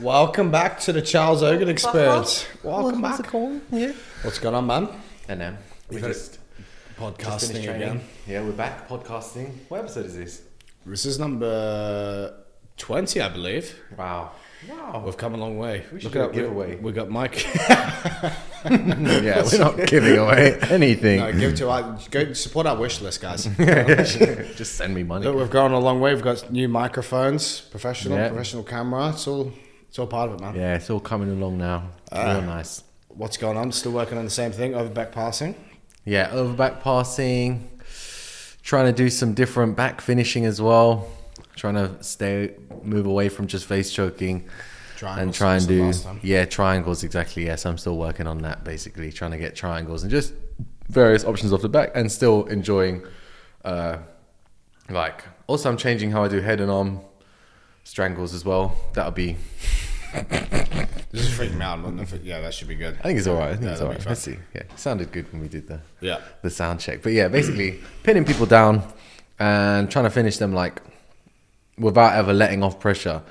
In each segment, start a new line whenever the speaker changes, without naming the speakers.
Welcome back to the Charles Ogan Experience. Welcome
What's it
back.
called? Yeah.
What's going on, man?
And
um,
now we
We've
just just
Podcasting
finished training.
again.
Yeah, we're back podcasting. What episode is this?
This is number 20, I believe.
Wow. Wow.
We've come a long way.
We should do a
up, we-
giveaway.
We got Mike.
Yeah, we're not giving away anything.
no, give to our, go support our wish list, guys.
Just send me money.
Look, we've gone a long way. We've got new microphones, professional,
Yeah.
professional camera. It's all, it's all part of it, man.
Yeah, it's all coming along now. Real nice.
What's going on? Still working on the same thing, over back passing.
Yeah, over back passing. Trying to do some different back finishing as well. Trying to stay, move away from just face choking. and
Triangles
try and
was the
do
last time.
yeah triangles exactly yes i'm still working on that basically trying to get triangles and just various options off the back and still enjoying uh like also i'm changing how i do head and arm strangles as well that'll be
This is freaking me out. I don't know if it- yeah, that should be good.
i think it's all right i think
Yeah,
it's
that'll
all
be
right
fun.
let's see yeah it sounded good when we did the
Yeah.
the sound check but yeah basically pinning people down and trying to finish them like without ever letting off pressure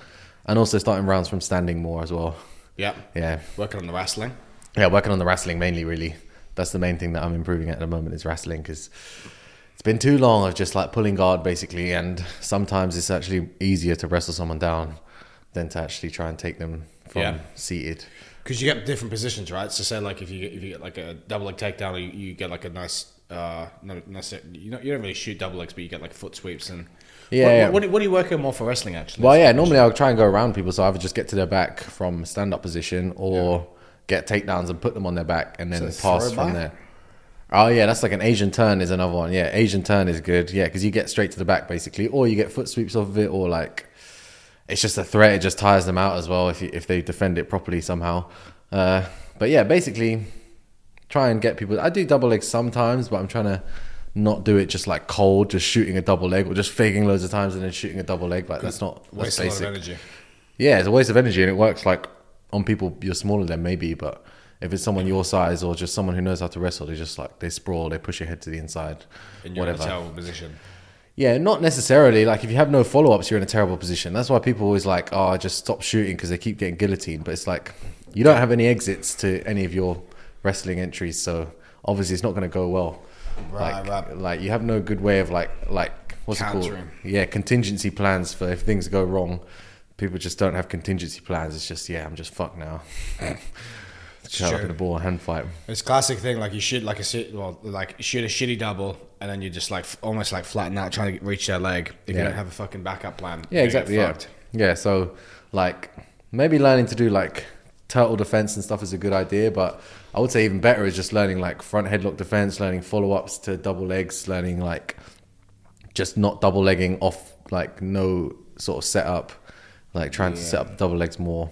and also starting rounds from standing more as well
Yeah.
yeah
Working on the wrestling.
yeah, working on the wrestling mainly. Really, that's the main thing that I'm improving at the moment is wrestling because it's been too long of just like pulling guard basically, and sometimes it's actually easier to wrestle someone down than to actually try and take them from
Yeah.
seated.
Because you get different positions, right? So say like if you if you get like a double leg takedown, you, you get like a nice uh no nice you don't you don't really shoot double legs, but you get like foot sweeps and
Yeah,
What,
yeah.
What, what, are- what are you working more for wrestling actually?
Well, yeah, normally I'll try and go around people, so I either just get to their back from stand up position or get takedowns and put them on their back and then
So
pass
throwback?
from there. Oh yeah, that's like an Asian turn is another one. Yeah, Asian turn is good. Yeah, because you get straight to the back basically, or you get foot sweeps off of it, or like it's just a threat. It just tires them out as well if you, if they defend it properly somehow. Uh, but yeah, basically try and get people. I do double legs sometimes, but I'm trying to not do it just like cold, just shooting a double leg or just faking loads of times and then shooting a double leg. Like that's not that's
waste a lot of energy.
yeah, it's a waste of energy, and it works like on people you're smaller than maybe, but if it's someone your size or just someone who knows how to wrestle, they just like they sprawl, they push your head to the inside,
And you're in a
whatever.
terrible position.
Yeah, not necessarily. Like if you have no follow ups, you're in a terrible position. That's why people always like, oh, just stop shooting because they keep getting guillotined. But it's like you don't have any exits to any of your wrestling entries, so obviously it's not going to go well.
Right,
like,
right.
like you have no good way of like like what's it called?
Countering.
yeah, contingency plans for if things go wrong. People just don't have contingency plans. It's just yeah, I'm just fucked now. Shut up
true.
in a ball and hand fight.
It's classic thing like you shoot like a si- well like shoot a shitty double and then you just like f- almost like flatten out trying to reach their leg if
Yeah.
you don't have a fucking backup plan.
Yeah,
you're gonna
exactly.
get
Yeah.
fucked.
yeah, so like maybe learning to do like turtle defense and stuff is a good idea, but I would say even better is just learning like front headlock defense, learning follow ups to double legs, learning like just not double legging off like no sort of setup, like trying to set up double legs more.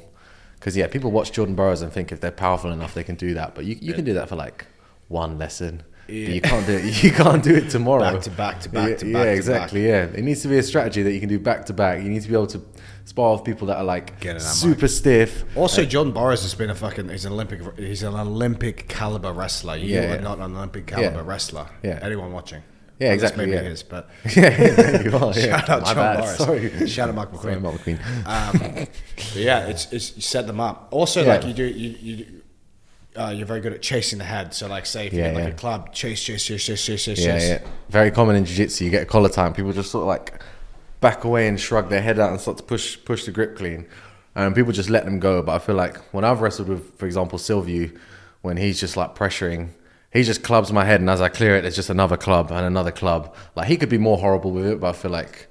Because yeah, people watch Jordan Burroughs and think if they're powerful enough, they can do that, but you, you can do that for like one lesson. But you can't do it. You can't do it tomorrow.
Back to back to back
yeah,
to
yeah,
back to
exactly. Yeah, it needs to be a strategy that you can do back to back. You need to be able to spar off people that are like
Get it out,
super stiff.
Also, John Boris has been a fucking. He's an Olympic. He's an Olympic caliber wrestler. You
Yeah,
are
yeah.
not an Olympic caliber
Yeah.
wrestler.
Yeah.
Anyone watching?
Yeah,
Well,
exactly,
This maybe
yeah.
is, but
yeah, you are. yeah.
shout out
My
John
bad.
Boris.
Sorry.
Shout out Mark McQueen.
Sorry, Mark McQueen.
Um, but yeah, it's it's you set them up. Also,
Yeah.
like you do, you you. do- Uh, you're very good at chasing the head. So, like, say if you're
Yeah,
in, like
yeah.
a club, chase, chase, chase, chase, chase, chase,
Yeah,
chase.
yeah. Very common in jiu-jitsu. You get a collar time. People just sort of like back away and shrug their head out and start to push push the grip clean, and people just let them go. But I feel like when I've wrestled with, for example, Silvio, when he's just like pressuring, he just clubs my head, and as I clear it, there's just another club and another club. Like he could be more horrible with it, but I feel like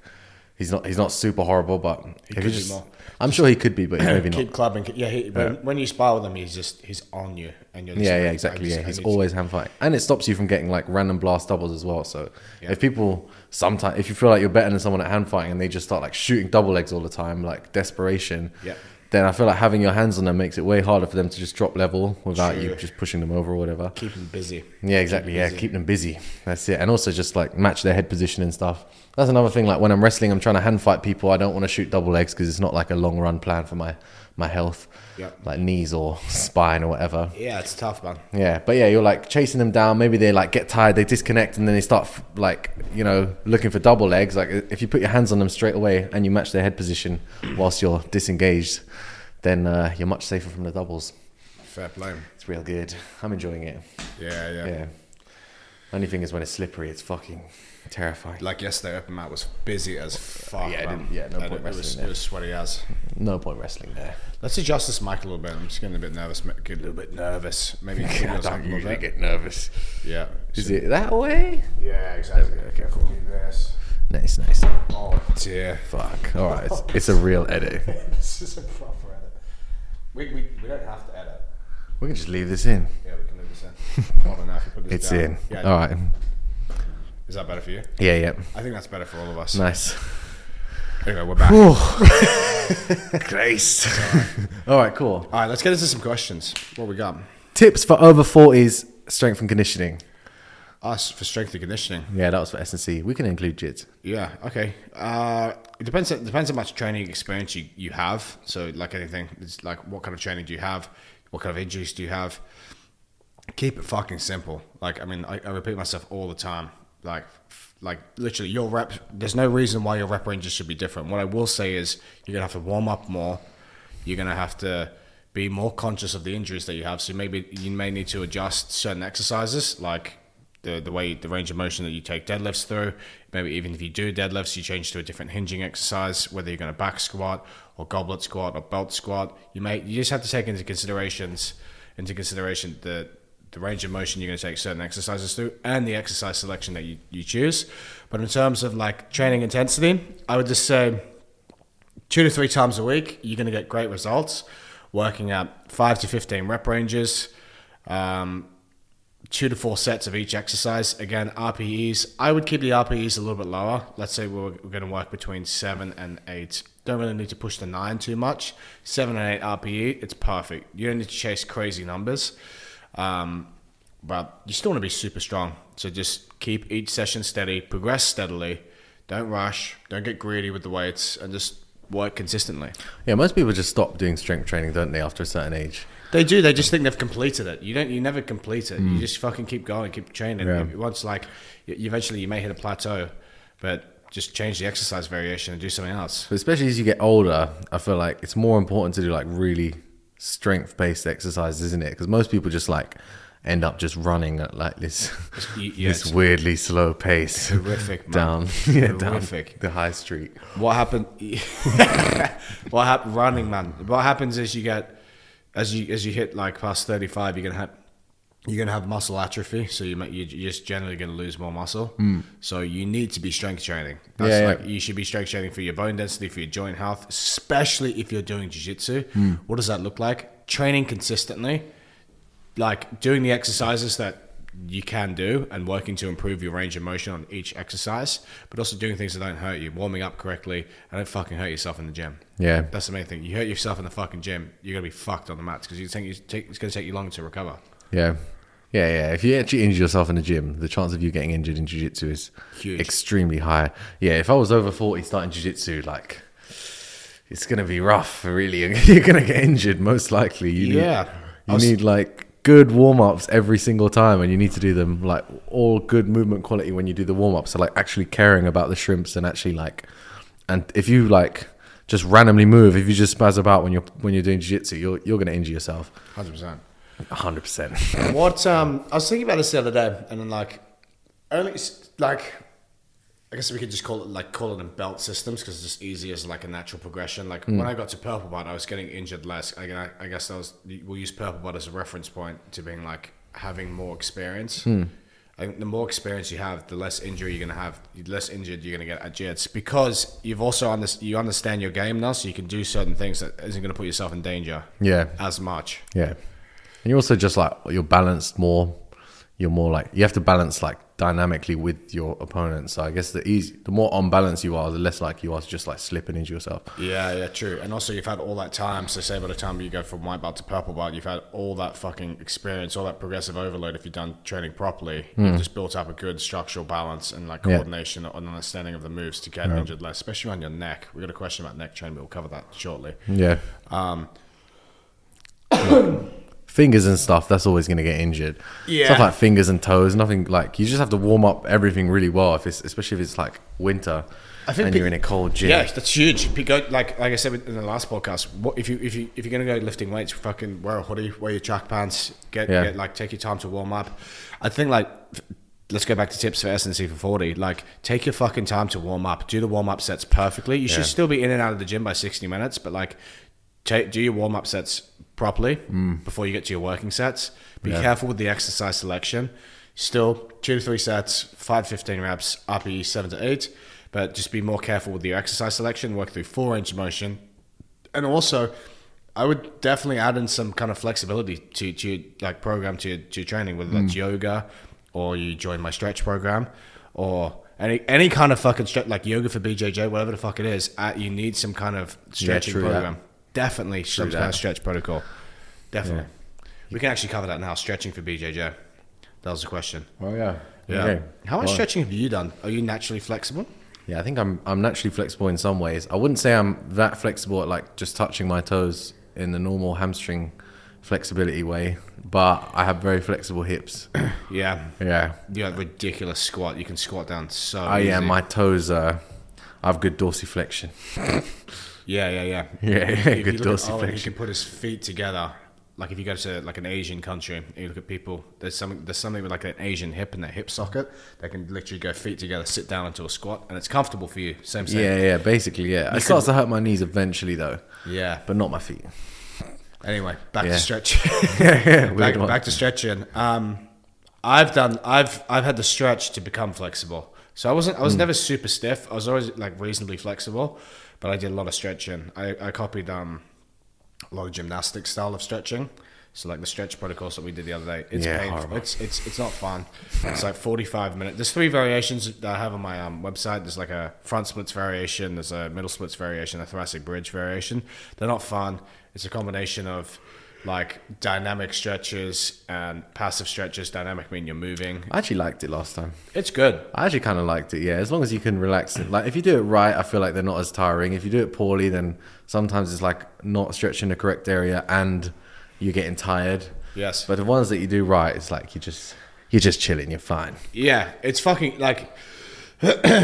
he's not. He's not super horrible, but if
could
he
be
just,
more.
I'm sure he could be, but maybe not.
Keep clubbing. keep- Yeah, he, When, when you spar with him, he's just he's on you, and you're just
Yeah,
like,
yeah,
I
exactly.
just-
Yeah,
I
he's
need to-
always hand fighting, and it stops you from getting like random blast doubles as well. So if people sometimes, if you feel like you're better than someone at hand fighting, and they just start like shooting double legs all the time, like desperation,
Yeah.
then I feel like having your hands on them makes it way harder for them to just drop level without you
True.
just pushing them over or whatever.
Keep them busy.
Yeah, exactly. yeah,
busy.
keep them busy. That's it. And also just like match their head position and stuff. That's another thing. Like when I'm wrestling, I'm trying to hand fight people. I don't want to shoot double legs because it's not like a long run plan for my my health,
Yep.
like knees or spine or whatever.
Yeah, it's tough, man.
Yeah, but yeah, you're like chasing them down. Maybe they like get tired, they disconnect, and then they start f- like you know looking for double legs. Like if you put your hands on them straight away and you match their head position whilst you're disengaged, then uh, you're much safer from the doubles.
Fair play.
It's real good. I'm enjoying it.
Yeah, yeah.
Yeah. Only thing is when it's slippery, it's fucking terrifying.
Like yesterday, open mat was busy as fuck.
yeah, I
man.
didn't- yeah, no
And it,
point
it was,
wrestling there.
it was sweaty as.
No point wrestling there.
Let's adjust this mic a little bit. I'm just getting a bit nervous. ma- Get a little bit nervous. Maybe maybe I'll talk a little bit.
nervous.
Yeah.
Is
so-
it that way?
Yeah, exactly.
okay, cool.
Do this.
Nice, nice.
Oh dear.
Fuck. All right, it's, it's a real edit.
this is a proper edit. We, we, we don't have to edit.
We can just leave this in.
Yeah, we can leave this in. Well, enough. Put this
It's
down.
in.
Yeah,
All right.
Is that better for you?
Yeah, yeah.
I think that's better for all of us.
Nice.
Anyway, we're back. All
Grace. All right, cool.
right, let's get into some questions. What we got?
Tips for over 40s strength and conditioning.
Us for strength and conditioning.
Yeah, that was for S&C. We can include JIT.
Yeah. Okay. Uh, it depends. It depends how much training experience you, you have. So, like anything, it's like what kind of training do you have? What kind of injuries do you have? Keep it fucking simple. Like, I mean, I, I repeat myself all the time. Like, f- like literally, your rep. There's no reason why your rep ranges should be different. What I will say is, you're gonna have to warm up more. You're gonna have to be more conscious of the injuries that you have. So maybe you may need to adjust certain exercises, like the the way the range of motion that you take deadlifts through. Maybe even if you do deadlifts, you change to a different hinging exercise. Whether you're going to back squat or goblet squat or belt squat, you may you just have to take into considerations into consideration the the range of motion you're going to take certain exercises through and the exercise selection that you, you choose. But in terms of like training intensity, I would just say two to three times a week, you're going to get great results working at five to 15 rep ranges. Um, two to four sets of each exercise. Again, RPEs. I would keep the RPEs a little bit lower. Let's say we're, we're going to work between seven and eight. Don't really need to push the nine too much. Seven and eight RPE, it's perfect. You don't need to chase crazy numbers. Um, but you still want to be super strong. So just keep each session steady, progress steadily. Don't rush. Don't get greedy with the weights and just work consistently.
Yeah, most people just stop doing strength training, don't they, after a certain age?
They do. They just think they've completed it. You don't. You never complete it. You just fucking keep going, keep training.
Hmm. Yeah.
You- Once like, you you eventually you may hit a plateau, but just change the exercise variation and do something else.
But especially as you get older, I feel like it's more important to do like really strength based exercises, isn't it? Because most people just like end up just running at like this,
Y- yeah,
this
it's
weirdly slow pace
horrific, man.
down, yeah, down
Horrific.
the high street.
What happened? what happened? Running man. What happens is you get as you as you hit like past thirty five, you're gonna have you're gonna have muscle atrophy. So you might you're just generally gonna lose more muscle. So you need to be strength training. That's
Hmm. Yeah, yeah.
like you should be strength training for your bone density, for your joint health, especially if you're doing jiu jitsu.
Hmm.
What does that look like? Training consistently, like doing the exercises that you can do and working to improve your range of motion on each exercise, but also doing things that don't hurt you, warming up correctly, and don't fucking hurt yourself in the gym.
Yeah.
That's the main thing. You hurt yourself in the fucking gym, you're gonna be fucked on the mats because you think it's take- it's gonna take you longer to recover.
Yeah. Yeah, yeah. If you actually injure yourself in the gym, the chance of you getting injured in jiu-jitsu is
Huge.
extremely high. Yeah, if I was over 40 starting jiu-jitsu, like it's going to be rough, really. You're going to get injured most likely. You
Yeah.
Need,
I
you
was-
need like good warm-ups every single time and you need to do them like all good movement quality when you do the warm-ups. So like actually caring about the shrimps and actually like and if you like just randomly move, if you just spaz about when you're when you're doing jiu-jitsu, you're you're going to injure yourself
Hundred percent.
100%.
What um, I was thinking about this the other day, and then like, only s- like, I guess we could just call it like call it in belt systems because it's just easy as like a natural progression. Like when I got to purple belt, I was getting injured less. I, gu- I guess that was we'll use purple belt as a reference point to being like having more experience. I think the more experience you have, the less injury you're gonna have, the less injured you're gonna get at jets because you've also under, you understand your game now, so you can do certain things that isn't gonna put yourself in danger.
Yeah.
as much.
Yeah. And you're also just like, you're balanced more. you're more like you have to balance like dynamically with your opponent. So I guess the easy, the more on balance you are, the less like you are to just like slipping into yourself.
Yeah, yeah, true. And also, you've had all that time. So, say by the time you go from white belt to purple belt, you've had all that fucking experience, all that progressive overload. If you've done training properly, you've just built up a good structural balance and like
Yeah.
coordination and understanding of the moves to get injured less, especially on your neck. We've got a question about neck training. We'll cover that shortly.
Yeah.
Um,
Fingers and stuff, that's always going to get injured.
Yeah.
Stuff like fingers and toes, nothing like you just have to warm up everything really well. If it's especially if it's like winter,
I think
and
pe-
you're in a cold gym.
Yeah, that's huge. Pe- go- Like like I said in the last podcast, what if you if you if you're gonna go lifting weights, fucking wear a hoodie, wear your track pants, get,
Yeah.
get like take your time to warm up. I think like f- let's go back to tips for SNC for forty. Like take your fucking time to warm up. Do the warm up sets perfectly. You should still be in and out of the gym by sixty minutes, but like take do your warm up sets properly before you get to your working sets. Be careful with the exercise selection. Still two to three sets, five to fifteen reps, up e seven to eight but just be more careful with your exercise selection. Work through four inch motion, and also, I would definitely add in some kind of flexibility to to your, like program to your, to your training, whether
Mm.
that's yoga or you join my stretch program or any any kind of fucking stretch like yoga for BJJ, whatever the fuck it is. Uh, you need some kind of stretching
true that.
program. Definitely some kind of
that.
stretch protocol. Definitely, we can actually cover that now. Stretching for BJJ. That was the question.
Oh yeah.
Yeah.
Okay.
How much
Well,
stretching have you done? Are you naturally flexible?
Yeah, I think I'm I'm naturally flexible in some ways. I wouldn't say I'm that flexible at like just touching my toes in the normal hamstring flexibility way, but I have very flexible hips.
Yeah.
yeah.
You have ridiculous squat. You can squat down so.
Oh yeah,
easy.
my toes are I have good dorsiflexion.
Yeah, yeah, yeah.
Yeah,
If you- if
good
you look at Owen, He
dorsiflexion.
can put his feet together. Like if you go to like an Asian country and you look at people, there's something there's something with like an Asian hip in their hip socket. They can literally go feet together, sit down into a squat, and it's comfortable for you. Same, same.
Yeah, yeah, basically, yeah. it starts to hurt my knees eventually though,
Yeah.
but not my feet.
Anyway, back
Yeah.
to stretching. back,
Weird one.
back to stretching. Um, I've done. I've I've had the stretch to become flexible. So I wasn't. I
Hmm.
was never super stiff. I was always like reasonably flexible, but I did a lot of stretching. I, I copied um, a lot of gymnastic style of stretching. So like the stretch protocols that we did the other day, it's
Yeah,
painful.
horrible.
It's it's it's not fun. It's like forty five minutes. There's three variations that I have on my um, website. There's like a front splits variation. There's a middle splits variation. A thoracic bridge variation. They're not fun. It's a combination of like dynamic stretches and passive stretches. Dynamic mean you're moving.
I actually liked it last time.
It's good.
I actually kind of liked it, yeah. As long as you can relax it, like if you do it right, I feel like they're not as tiring. If you do it poorly, then sometimes it's like not stretching the correct area and you're getting tired.
Yes.
But the ones that you do right, it's like you just you're just chilling, you're fine.
Yeah, it's fucking like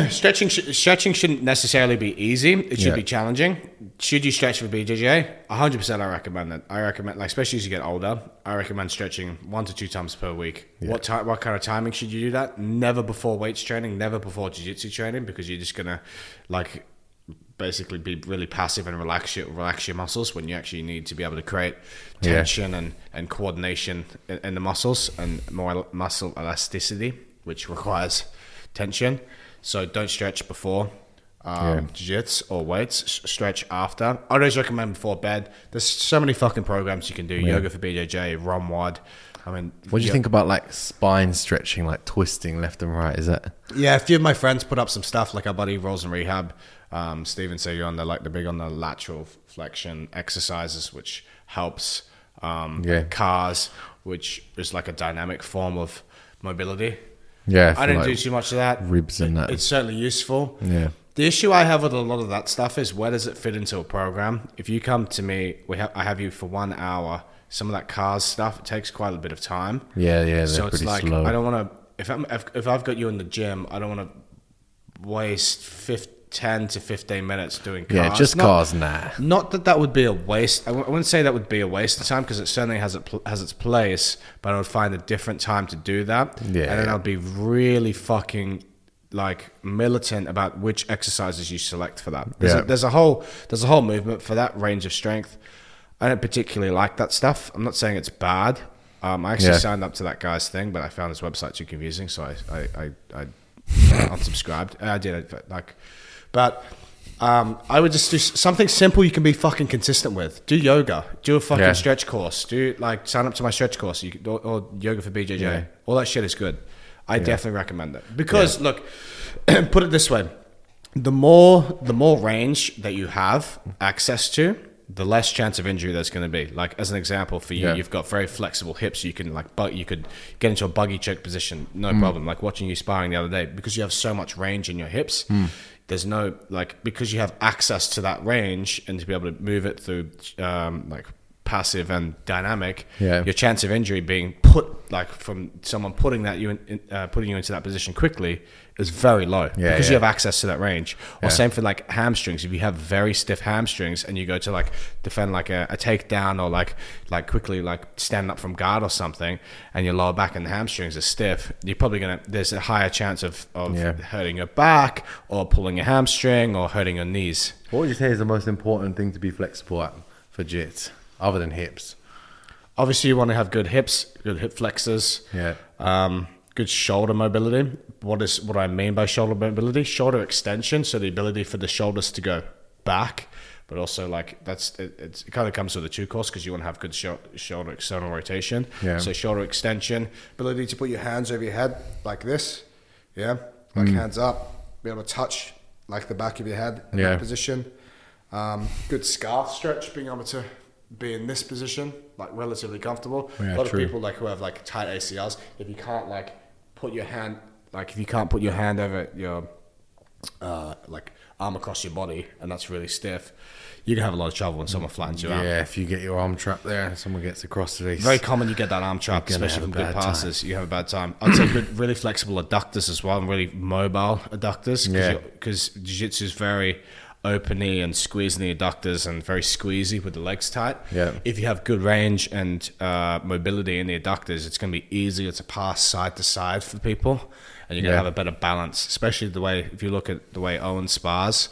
stretching. Sh- stretching shouldn't necessarily be easy. It should
Yeah.
be challenging. Should you stretch for BJJ? hundred percent, I recommend it. I recommend, like, especially as you get older, I recommend stretching one to two times per week. What time? What kind of timing should you do that? Never before weights training. Never before jiu-jitsu training because you're just gonna like basically be really passive and relax your relax your muscles when you actually need to be able to create
Yeah.
tension and, and coordination in, in the muscles and more el- muscle elasticity, which requires tension. So don't stretch before um, jiu-jitsu or weights. S- Stretch after. I always recommend before bed. There's so many fucking programs you can do. Yoga for BJJ, ROMWAD. I mean,
What do you
yeah.
think about like spine stretching, like twisting left and right? Is that
Yeah, a few of my friends put up some stuff, like our buddy Rolls and Rehab, um, Steven Sagan. They're like the big on the lateral flexion exercises, which helps. Um,
Yeah.
Cars, which is like a dynamic form of mobility.
yeah?
I
feel
don't
like
do too much of that.
ribs and that.
It's certainly useful.
Yeah.
The issue I have with a lot of that stuff is where does it fit into a program? If you come to me, we ha- I have you for one hour. Some of that cars stuff it takes quite a bit of time
yeah, yeah, they're
so it's
pretty
like
slow.
I don't want to. If I'm if, if I've got you in the gym, I don't want to waste fif- ten to fifteen minutes doing cars.
yeah, just
Not-
cars, nah.
Not that that would be a waste. I w- I wouldn't say that would be a waste of time because it certainly has it pl- has its place. But I would find a different time to do that.
Yeah,
and then
yeah.
I'd be really fucking like militant about which exercises you select for that. There's,
Yeah.
a, there's a whole there's a whole movement for that range of strength. I don't particularly like that stuff. I'm not saying it's bad. Um, I actually
Yeah.
signed up to that guy's thing, but I found his website too confusing, so I I I, I unsubscribed. I did it, but, like, but Um, I would just do s- something simple you can be fucking consistent with. Do yoga. Do a fucking
Yeah.
stretch course. Do like sign up to my stretch course. You could, or, or yoga for BJJ.
Yeah.
All that shit is good. I definitely recommend it because look, put it this way: the more the more range that you have access to, the less chance of injury there's going to be. Like as an example for you,
Yeah.
you've got very flexible hips. You can like but you could get into a buggy choke position, no
Mm.
problem. Like watching you sparring the other day because you have so much range in your hips.
Hmm.
There's no like because you have access to that range and to be able to move it through um, like passive and dynamic.
Yeah.
Your chance of injury being put like from someone putting that you in, in, uh, putting you into that position quickly is very low
Yeah,
because you
yeah.
have access to that range. Or same for like hamstrings. If you have very stiff hamstrings and you go to like defend like a, a takedown or like like quickly like stand up from guard or something, and your lower back and the hamstrings are stiff, you're probably gonna there's a higher chance of of
Yeah.
hurting your back or pulling your hamstring or hurting your knees.
What would you say is the most important thing to be flexible at for jits, other than hips?
Obviously, you want to have good hips, good hip flexors.
Yeah.
um, good shoulder mobility. What is what I mean by shoulder mobility? Shoulder extension, so the ability for the shoulders to go back, but also like that's it, it's, it kind of comes with the two course because you want to have good sho- shoulder external rotation.
Yeah.
So shoulder extension, ability to put your hands over your head like this, yeah, like
Mm.
hands up, be able to touch like the back of your head in
Yeah.
that position. Um, good scarf stretch, being able to be in this position, like relatively comfortable.
Yeah,
a lot
true.
of people like who have like tight ACLs, if you can't like put your hand like if you can't put your hand over your uh like arm across your body and that's really stiff, you're gonna have a lot of trouble when someone flattens you out.
Yeah, if you get your arm trapped there and someone gets across the face.
Very common you get that arm trap,
You're gonna
especially
have
from
a
good
bad time.
passes. You have a bad time. I'd say good, really flexible adductors as well, and really mobile adductors.
Yeah.
Because jiu jitsu is very open knee and squeezing the adductors and very squeezy with the legs tight.
Yeah.
If you have good range and uh, mobility in the adductors, it's going to be easier to pass side to side for people, and you're going to
Yeah.
have a better balance. Especially the way if you look at the way Owen spars.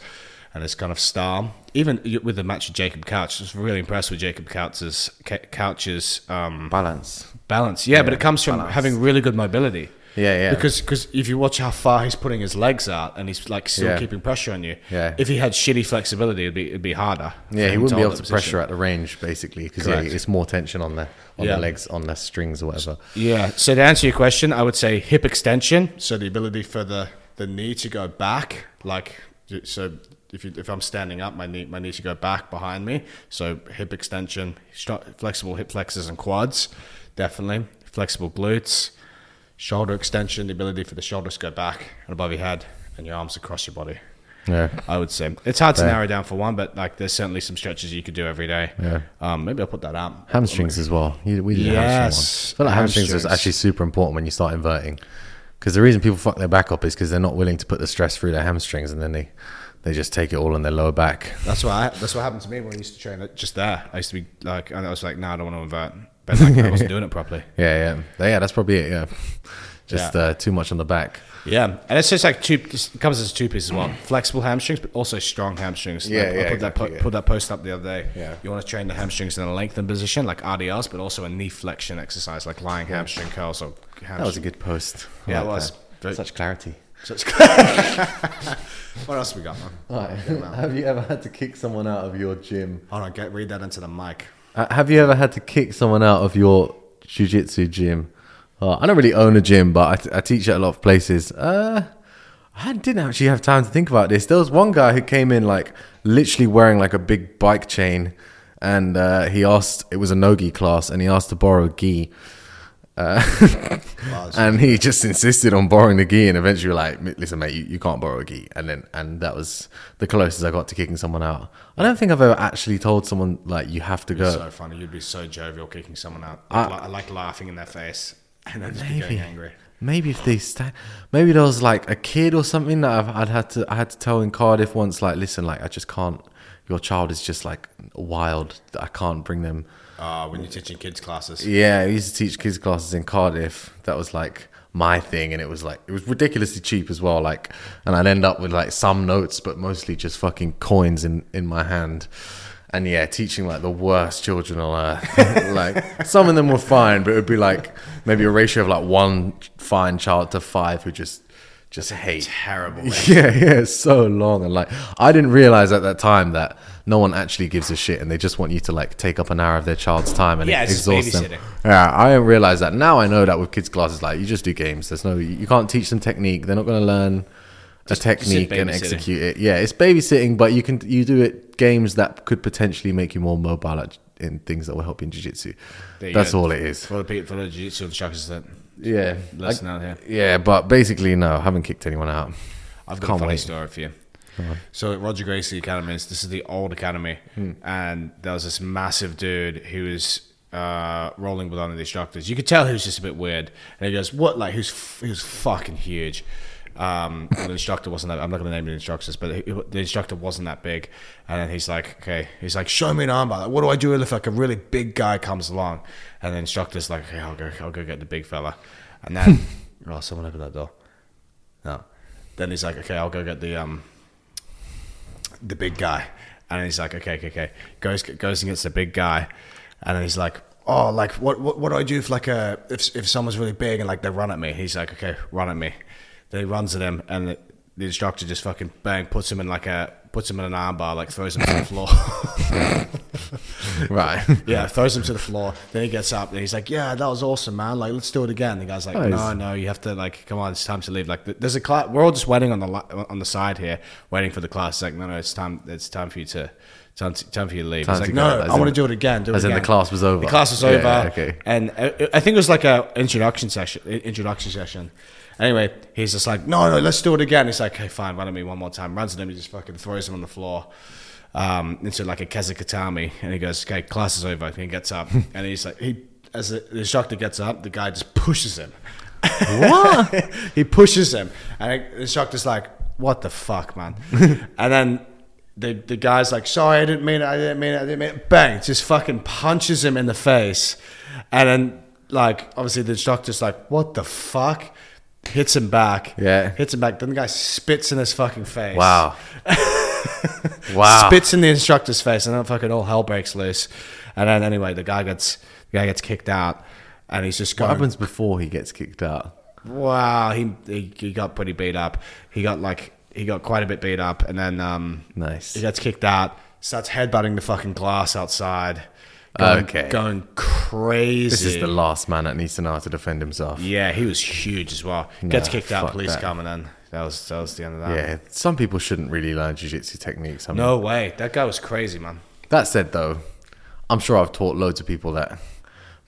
And his kind of style, even with the match of Jacob Couch, I was really impressed with Jacob Couch's Couch's um,
balance.
Balance, yeah, but it comes from
balance.
having really good mobility.
Yeah, yeah.
Because cause if you watch how far he's putting his legs out and he's like still
Yeah.
keeping pressure on you,
Yeah.
if he had shitty flexibility, it'd be it'd be harder.
Yeah,
for
he
him
wouldn't
hold
be able to
that position.
pressure at the range basically because
Correct.
it's more tension on the on
Yeah.
the legs on the strings or whatever.
Yeah. So to answer your question, I would say hip extension. So the ability for the the knee to go back, like so. If, you, if I'm standing up, my knee my knee to go back behind me. So hip extension, stro- flexible hip flexors and quads, definitely flexible glutes, shoulder extension, the ability for the shoulders to go back and above your head, and your arms across your body.
Yeah.
I would say it's hard to
Fair.
narrow down for one, but like there's certainly some stretches you could do every day.
Yeah.
Um, maybe I'll put that out.
Hamstrings as well. You- We did a
Yes,
hamstring one. I feel like hamstrings, is
hamstrings.
actually super important when you start inverting. Because the reason people fuck their back up is because they're not willing to put the stress through their hamstrings and then they, they just take it all on their lower back.
That's what I, that's what happened to me when I used to train it just there. I used to be like, and I was like, no, I don't want to invert. But like, I wasn't doing it properly.
Yeah, yeah. Yeah, that's probably it. Yeah. Just
Yeah.
Uh, too much on the back.
Yeah, and it's just like two. It comes as two pieces as well: flexible hamstrings, but also strong hamstrings.
Mm. Yeah,
Like, I
yeah,
put, that,
exactly,
po-
yeah.
put that post up the other day.
Yeah.
you want to train the hamstrings in a lengthened position, like RDLs, but also a knee flexion exercise, like lying hamstring curls or hamstring.
That was a good post. I
Yeah, it
like
was.
that. Such clarity.
So it's- what else we got, man?
Have you ever had to kick someone out of your gym?
Hold on, get read that into the mic.
Uh, have you ever had to kick someone out of your jiu-jitsu gym? Uh, I don't really own a gym, but I, t- I teach at a lot of places. Uh, I didn't actually have time to think about this. There was one guy who came in like literally wearing like a big bike chain, and uh, he asked it was a nogi class, and he asked to borrow a gi. Uh,
Wow,
And he just insisted on borrowing the gi, and eventually, we were like, "M- listen, mate, you, you can't borrow a gi. And then, and that was the closest I got to kicking someone out. I don't think I've ever actually told someone like you have to go.
so funny. You'd be so jovial kicking someone out.
Ah.
Like, la- I like laughing in their face and then just be getting angry.
Maybe if they stand, maybe there was like a kid or something that I've, I'd had to I had to tell in Cardiff once. Like, listen, like I just can't. Your child is just like wild. I can't bring them.
Uh, when you're teaching kids classes.
Yeah, I used to teach kids classes in Cardiff. That was like my thing, and it was like it was ridiculously cheap as well. Like, and I'd end up with like some notes, but mostly just fucking coins in in my hand. And yeah, teaching like the worst children on earth. like some of them were fine, but it would be like maybe a ratio of like one fine child to five who just just hate.
Terrible.
Yeah, yeah, it's so long and like I didn't realize at that time that no one actually gives a shit and they just want you to like take up an hour of their child's time and
Yeah, it's just
exhaust them.
babysitting.
Yeah, I didn't realize that. Now I know that with kids classes, like you just do games. There's no you can't teach them technique. They're not going to learn a technique and
babysitting.
execute it. Yeah, it's babysitting, but you can you do it games that could potentially make you more mobile at, in things that will help you in jiu-jitsu.
There you
That's
go.
all it is.
For the people, for the jiu-jitsu instructors that
Yeah.
listen out here,
yeah, but basically no, I haven't kicked anyone out.
I've got
Can't
a funny
wait.
story for you. So at Roger Gracie Academy, is- this is the old academy,
Hmm.
and there was this massive dude who was uh, rolling with one of the instructors. You could tell he was just a bit weird, and he goes, "What? Like who's f- who's fucking huge?" Um, and the instructor wasn't that. I'm not going to name the instructors, but he- the instructor wasn't that big. And then he's like, "Okay," he's like, "Show me an armbar. Like, what do I do if like a really big guy comes along?" And the instructor's like, "Okay, I'll go. I'll go get the big fella." And then, oh, someone opened that door. No. Then he's like, okay, I'll go get the um, the big guy, and he's like, okay, okay, okay. Goes goes and gets the big guy, and then he's like, oh, like what what, what do I do if like a if if someone's really big and like they run at me? He's like, okay, run at me. Then he runs at him, and the, the instructor just fucking bang puts him in like a puts him in an armbar, like throws him to the floor.
Right.
yeah, throws him to the floor. Then he gets up and he's like, "Yeah, that was awesome, man. Like, let's do it again." The guy's like,
Nice.
"No, no, you have to like, come on, it's time to leave." Like, th- there's a class. We're all just waiting on the li- on the side here, waiting for the class. It's like, no, no, it's time. It's time for you to. Time, to, time for you to leave.
Time
He's
to
like,
go.
no,
As
I want to
in-
do it again. Do it
as in the
again."
class was over.
The class was
Yeah,
over.
okay.
And I, I think it was like a introduction session. i- Introduction session. Anyway, he's just like, no, no, let's do it again. He's like, okay, fine, run at me one more time. Runs at him, he just fucking throws him on the floor um, into like a kezakatami, and he goes, okay, class is over. And he gets up, and he's like, he as the the instructor gets up, the guy just pushes him. What? he pushes him, and the instructor's like, what the fuck, man? and then the the guy's like, sorry, I didn't mean it, I didn't mean it, I didn't mean it. Bang, just fucking punches him in the face. And then like obviously the instructor's like, what the fuck? Hits him back.
Yeah.
Hits him back. Then the guy spits in his fucking face.
Wow. wow.
Spits in the instructor's face and then fucking all hell breaks loose. And then anyway, the guy gets the guy gets kicked out and he's just
What
going
happens before he gets kicked out?
Wow, he, he he got pretty beat up. He got like he got quite a bit beat up, and then um,
Nice.
He gets kicked out, starts headbutting the fucking glass outside.
Okay.
going crazy.
This is the last man that needs to know how to defend himself.
yeah, he was huge as well. Gets kicked out,
fuck
police
that.
come, and then that was that was the end of that.
Yeah, some people shouldn't really learn jiu-jitsu techniques. I mean,
No way, that guy was crazy, man.
That said, though, I'm sure I've taught loads of people that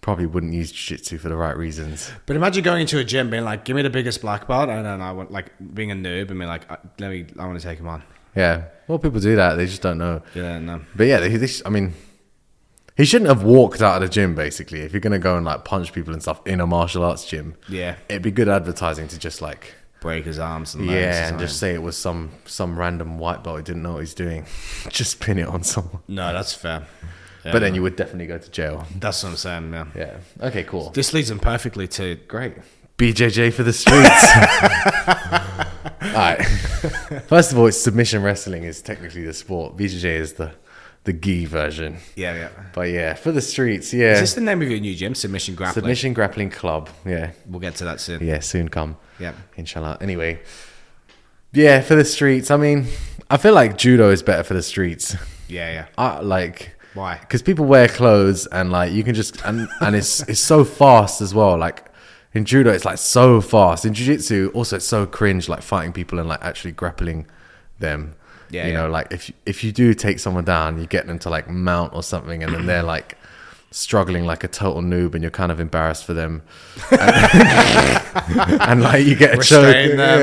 probably wouldn't use jiu-jitsu for the right reasons.
But imagine going into a gym being like, "Give me the biggest black belt," and then I want like being a noob and being like, "Uh, "Let me, I want to take him on."
Yeah, well, people do that. They just don't know.
Yeah, no.
But yeah, they, they, sh- I mean, he shouldn't have walked out of the gym. Basically, if you're gonna go and like punch people and stuff in a martial arts gym,
Yeah.
it'd be good advertising to just like
break his arms and legs. or
Yeah, and
something.
just say it was some some random white belt who didn't know what he's doing. just pin it on someone.
no, that's fair. Yeah.
But then you would definitely go to jail.
That's what I'm saying. Yeah.
Yeah. Okay, cool.
This leads him perfectly to
Great. BJJ for the streets. all right. First of all, it's submission wrestling is technically the sport. BJJ is the the gi version.
yeah, yeah.
But yeah, for the streets, yeah.
Is this the name of your new gym? Submission grappling.
submission grappling club. Yeah.
We'll get to that soon.
Yeah, soon come.
Yeah.
Inshallah. Anyway. Yeah, for the streets. I mean, I feel like judo is better for the streets.
Yeah, yeah.
I like
Why?
Because people wear clothes and like you can just and and it's it's so fast as well. Like in judo, it's like so fast. In jiu-jitsu, also it's so cringe, like fighting people and like actually grappling them.
Yeah,
you know, like if if you do take someone down, you get them to like mount or something, and then they're like struggling like a total noob, and you're kind of embarrassed for them. And, and, like you get a
Restrain
choke,
them.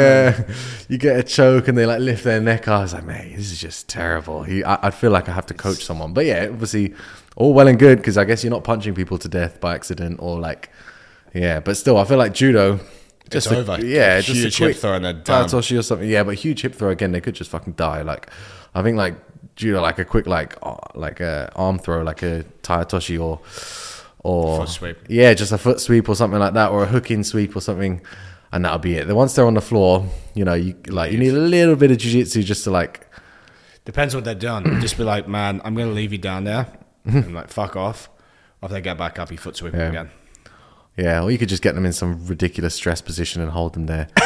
yeah, you get a choke, and they like lift their neck. up. I was like, mate, this is just terrible. He, I, I feel like I have to coach someone, but yeah, obviously, all well and good because I guess you're not punching people to death by accident or like, yeah, but still, I feel like judo. Just a-
over.
yeah, just
Huge
a
hip
quick
throw and they're
Tai
done.
Toshi or something. Yeah, but huge hip throw again, they could just fucking die. Like, I think like judo, like a quick like uh, like a arm throw, like a Toshi or or
Foot sweep.
Yeah, just a foot sweep or something like that, or a hook in sweep or something, and that'll be it. Then once they're on the floor, you know, you like you need a little bit of jujitsu just to like
Depends what they're doing. Just be like, man, Mm-hmm. I'm gonna leave you down there, and like fuck off. If they get back up, you foot sweep them
Yeah.
again.
Yeah, or you could just get them in some ridiculous stress position and hold them there.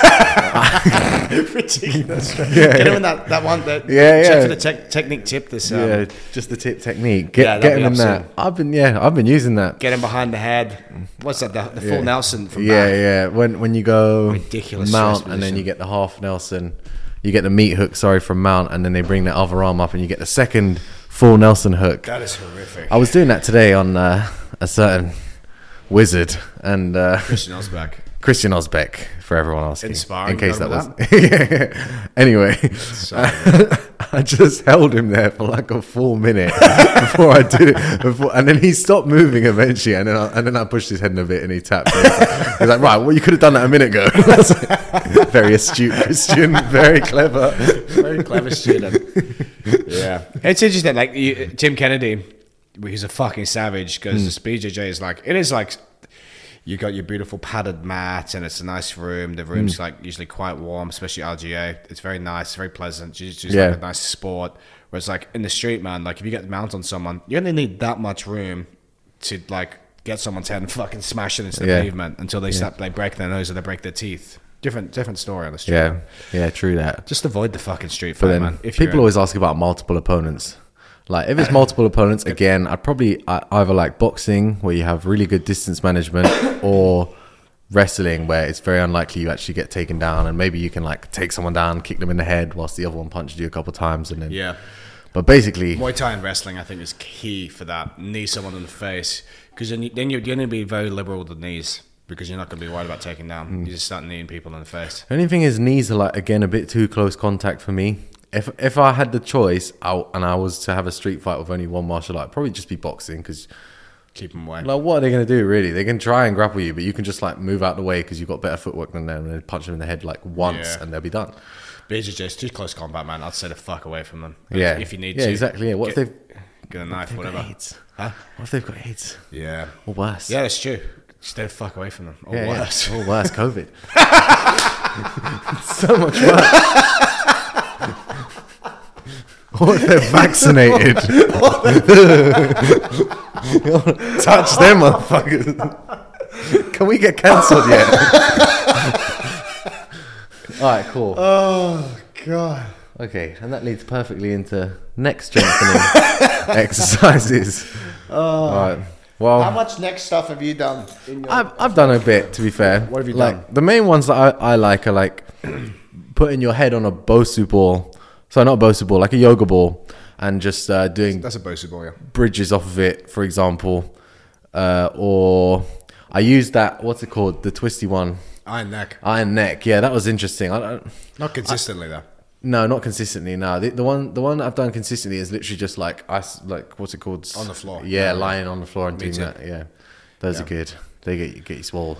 Ridiculous. Get him in that, that one. That
Yeah,
check
yeah.
for the tech technique tip. This um,
yeah, just the tip technique. Get,
Yeah, that'd
get
be
them in that.
awesome.
I've been yeah, I've been using that.
get him behind the head. What's that? The, the full
Yeah.
Nelson from
yeah,
back.
yeah. When when you go
Ridiculous
mount
stress
and then
position.
you get the half Nelson, you get the meat hook. Sorry, from mount, and then they bring the other arm up and you get the second full Nelson hook.
That is horrific.
I was doing that today on uh, a certain wizard and uh,
Christian Osbeck.
Christian Osbeck for everyone asking.
Inspiring,
In case
you
that was.
remember
yeah. Anyway, I just held him there for like a full minute before I did it. Before, and then he stopped moving eventually. And then I, and then I pushed his head in a bit and he tapped. He's like, right, well, you could have done that a minute ago. very astute Christian, very clever.
Very clever student. yeah, it's interesting. Like you, Tim Kennedy, he's a fucking savage because the speed JJ is like it is like you got your beautiful padded mat and it's a nice room. The room's like usually quite warm, especially RGA. It's very nice, very pleasant. She's just
Yeah.
like a nice sport. Whereas like in the street, man, like if you get the mount on someone, you only need that much room to like get someone's head and fucking smash it into the
Yeah.
pavement until they stop, they break their nose or they break their teeth. Different, different story on the street.
Yeah. Yeah, true that.
Just avoid the fucking street
But
fight,
then
man. If
people
you're-
always ask about multiple opponents. Like if it's multiple opponents, again, I'd probably I, either like boxing where you have really good distance management, or wrestling where it's very unlikely you actually get taken down, and maybe you can like take someone down, kick them in the head, whilst the other one punches you a couple times, and then
Yeah.
But basically,
Muay Thai and wrestling, I think, is key for that. Knee someone in the face because then, you, then you're going to be very liberal with the knees because you're not going to be worried about taking down.
Mm.
You just start kneeing people in the face.
The only thing is, knees are like again a bit too close contact for me. If if I had the choice, I, and I was to have a street fight with only one martial art, I'd probably just be boxing because
Keep them away.
like what are they gonna do really? They can try and grapple you, but you can just like move out the way because you've got better footwork than them, and then punch them in the head like once,
Yeah.
and they'll be done.
BJJ is too close combat, man. I'd stay the fuck away from them.
Yeah,
If you need
yeah,
to.
exactly. Yeah, what if
Get-
they've
Get a knife,
got
whatever.
AIDS?
Huh?
What if they've got AIDS
Yeah.
or worse?
Yeah, that's true. Stay the fuck away from them. Or
yeah, yeah.
worse.
or Oh, worse, COVID. so much worse. Or if they're vaccinated. Touch them, motherfuckers. Can we get cancelled yet? All right, cool.
Oh, God.
Okay, and that leads perfectly into neck strengthening exercises. All right. Well,
much neck stuff have you done? In
I've, I've done a bit to be fair. What
have you
like, The main ones that I, I like are like putting your head on a Bosu ball. So not Bosu ball, like a yoga ball, and just uh, doing
that's a Bosu ball, yeah.
bridges off of it, for example. Uh, or I used that what's it called, the twisty one,
Iron neck.
iron neck. Yeah, that was interesting. I don't.
Not consistently, though.
No, not consistently. No, the, the one the one I've done consistently is literally just like I s- like what's it called
On the floor.
Yeah, lying on the floor and
Me
doing
too.
that. Yeah, those are good. They get you get you swole,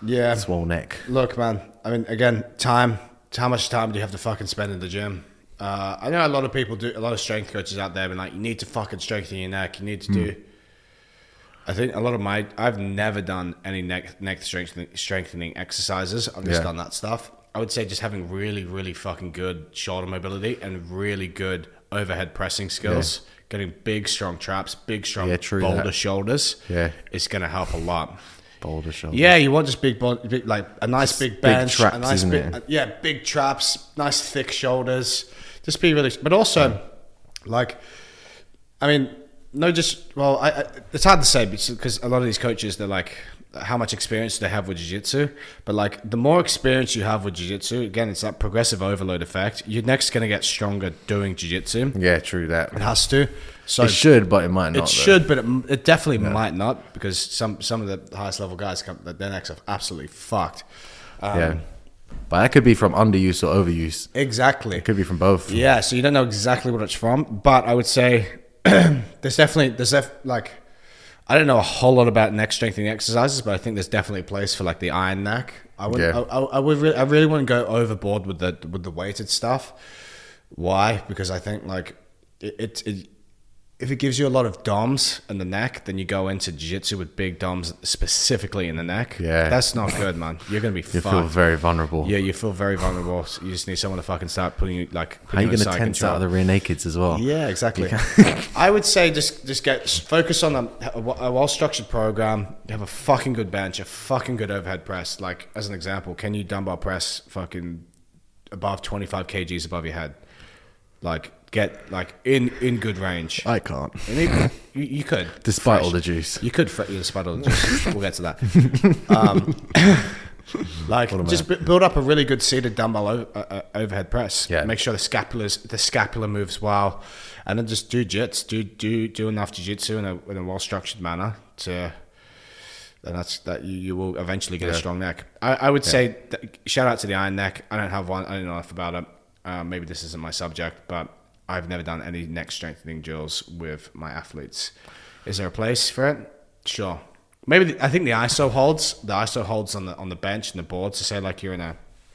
Yeah.
swole neck.
Look, man. I mean, again, time. How much time do you have to fucking spend in the gym? Uh, I know a lot of people do. A lot of strength coaches out there, been like, you need to fucking strengthen your neck. You need to
Hmm.
do. I think a lot of my. I've never done any neck neck strengthening strengthening exercises. I've just
Yeah.
done that stuff. I would say just having really really fucking good shoulder mobility and really good overhead pressing skills. Getting big strong traps, big strong
Yeah, true
bolder
that.
shoulders.
Yeah.
it's gonna help a lot.
Boulder shoulder.
Yeah, you want just big, bon- big like a nice big bench,
traps,
a nice
isn't
big,
it?
uh, yeah, big traps, nice thick shoulders. Just be really, but also, like, I mean, no, just well, I, I it's hard to say because a lot of these coaches they're like, how much experience do they have with jiu-jitsu? But like, the more experience you have with jiu-jitsu, again, it's that progressive overload effect. Your neck's gonna get stronger doing jiu-jitsu.
Yeah, true that.
It has to. So
It should, but it might not.
it
though.
should, but it, it definitely might not because some some of the highest level guys come their necks are absolutely fucked. Um,
Yeah, but that could be from underuse or overuse.
exactly.
It could be from both.
Yeah, so you don't know exactly what it's from, but I would say there's definitely there's def- like I don't know a whole lot about neck strengthening exercises, but I think there's definitely a place for like the iron neck. I would not
Yeah.
I, I, I would really, I really wouldn't go overboard with the with the weighted stuff. Why? Because I think like it it, it if it gives you a lot of DOMs in the neck, then you go into jiu-jitsu with big DOMs specifically in the neck.
Yeah.
That's not good, man. You're going to be
You
fucked.
feel very vulnerable.
yeah, you feel very vulnerable. So you just need someone to fucking start putting you, like,
How are
putting you
you going to
inside
tense
control.
out the rear nakeds as well?
Yeah, exactly. I would say just just get focus on a, a well structured program. Have a fucking good bench, a fucking good overhead press. Like as an example, can you dumbbell press fucking above twenty five kgs above your head? Like get like in in good range.
I can't.
And it- you, you could,
Despite
Fresh.
all the juice.
You could fret your spinal. Just, we'll get to that. Um, like, just b- build up a really good seated dumbbell o- uh, uh, overhead press.
Yeah.
Make sure the scapula's the scapula moves well, and then just do jits. Do do do enough jujitsu in a in a well structured manner to. And that's that. You, you will eventually get a strong neck. I, I would say that, shout out to the iron neck. I don't have one. I don't know enough about it. Uh, maybe this isn't my subject, but I've never done any neck strengthening drills with my athletes. Is there a place for it? Sure. Maybe the, I think the ISO holds. The ISO holds on the on the bench and the board. So say like you're in a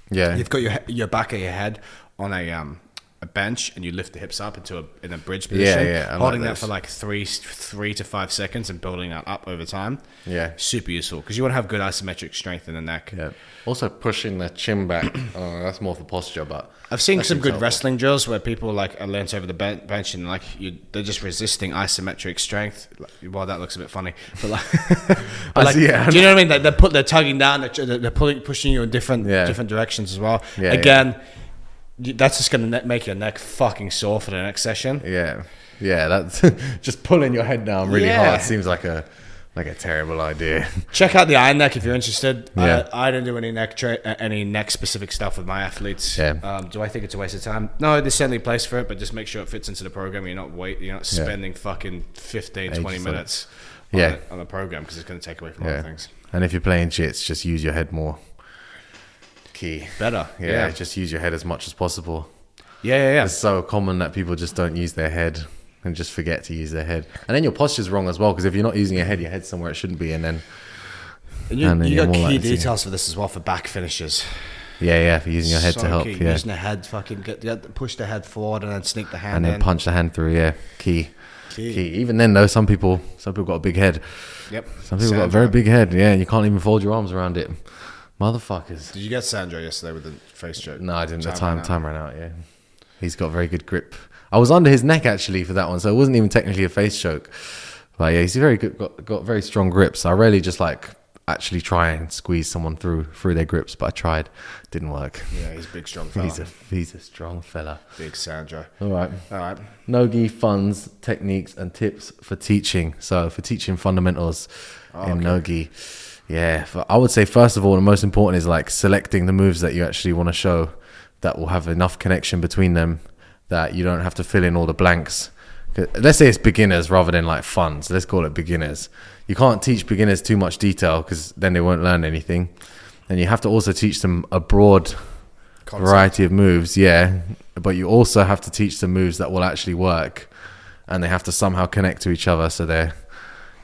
Yeah.
You've got your he- your back of your head on a um a bench and you lift the hips up into a in a bridge position.
yeah, I like
holding that
those.
for like three three to five seconds and building that up over time.
Yeah.
super useful because you want to have good isometric strength in the neck.
Yeah. Also pushing the chin back. oh, that's more for posture, but
I've seen
That
some
seems
good
helpful.
wrestling drills where people like are leant over the ben- bench and like you, they're just resisting isometric strength. Like, well, that looks a bit funny, but like, but,
I
like,
see, yeah.
do you know what I mean? Like, they're put, they're tugging down, they're, they're they're pulling, pushing you in different
Yeah.
different directions as well.
Yeah,
Again, you- that's just gonna ne- make your neck fucking sore for the next session.
yeah, yeah. That's just pulling your head down really
Yeah.
hard. Seems like a like a terrible idea.
Check out the iron neck if you're interested. Uh,
Yeah.
I, I don't do any neck tra- uh, any neck specific stuff with my athletes.
Yeah.
Um, do I think it's a waste of time? No, there's certainly a place for it, but just make sure it fits into the program. You're not wait, you're not
Yeah.
spending fucking 15,
Ages
20
on it.
minutes on,
Yeah.
the, on the program because it's going to take away from
Yeah.
other things.
And if you're playing shits, just use your head more. Key.
Better.
Yeah,
Yeah.
Just use your head as much as possible.
Yeah, yeah, yeah.
It's so common that people just don't use their head and just forget to use their head. And then your posture's wrong as well because if you're not using your head, your head's somewhere it shouldn't be. And then
And you
And then
you
you're
got
more
key
likely to-
details for this as well for back finishes.
yeah, yeah, for using your head to
So
help.
key.
Yeah.
Using the head, fucking get, get, push the head forward and then sneak the hand
and then
in.
punch the hand through. Yeah, key.
Key.
key. Even then, though, some people some people got a big head.
Yep.
Some people got a
Sandra.
very big head. Yeah, and you can't even fold your arms around it. Motherfuckers.
Did you get Sandra yesterday with the face joke?
No, I didn't. The
ran
time
out.
time ran out. Yeah, he's got very good grip. I was under his neck actually for that one, so it wasn't even technically a face choke. But yeah, he's very good. Got, got very strong grips. I rarely just like actually try and squeeze someone through through their grips, but I tried. Didn't work.
Yeah, he's a big, strong fella.
He's a he's a strong fella.
big Sandra.
All right.
All right.
Nogi funds, techniques, and tips for teaching. So for teaching fundamentals in Nogi. Yeah, for, I would say first of all, the most important is like selecting the moves that you actually want to show that will have enough connection between them that you don't have to fill in all the blanks. 'Cause- Let's say it's beginners rather than like fun. So let's call it beginners. You can't teach beginners too much detail because then they won't learn anything. And you have to also teach them a broad
Concept.
variety of moves, yeah. But you also have to teach them moves that will actually work, and they have to somehow connect to each other. So they're,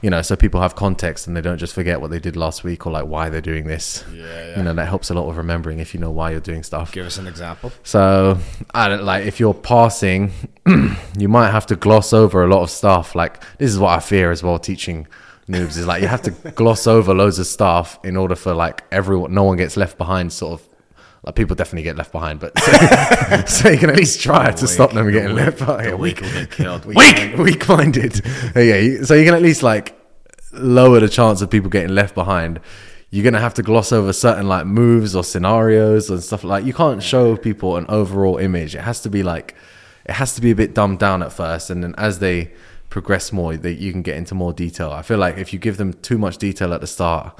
you know, so people have context and they don't just forget what they did last week or like why they're doing this.
Yeah, yeah.
You know, that helps a lot with remembering if you know why you're doing stuff.
Give us an example.
So I don't like if you're passing, you might have to gloss over a lot of stuff. Like this is what I fear as well. Teaching noobs is like you have to gloss over loads of stuff in order for like everyone, no one gets left behind. Sort of like people definitely get left behind, but so, you can at least try to stop them getting left behind. Yeah,
Weak will get killed.
weak, weak minded. yeah, you- so you can at least like lower the chance of people getting left behind. You're gonna have to gloss over certain like moves or scenarios and stuff like. You can't show people an overall image. It has to be like, it has to be a bit dumbed down at first, and then as they progress more, that you can get into more detail. I feel like if you give them too much detail at the start.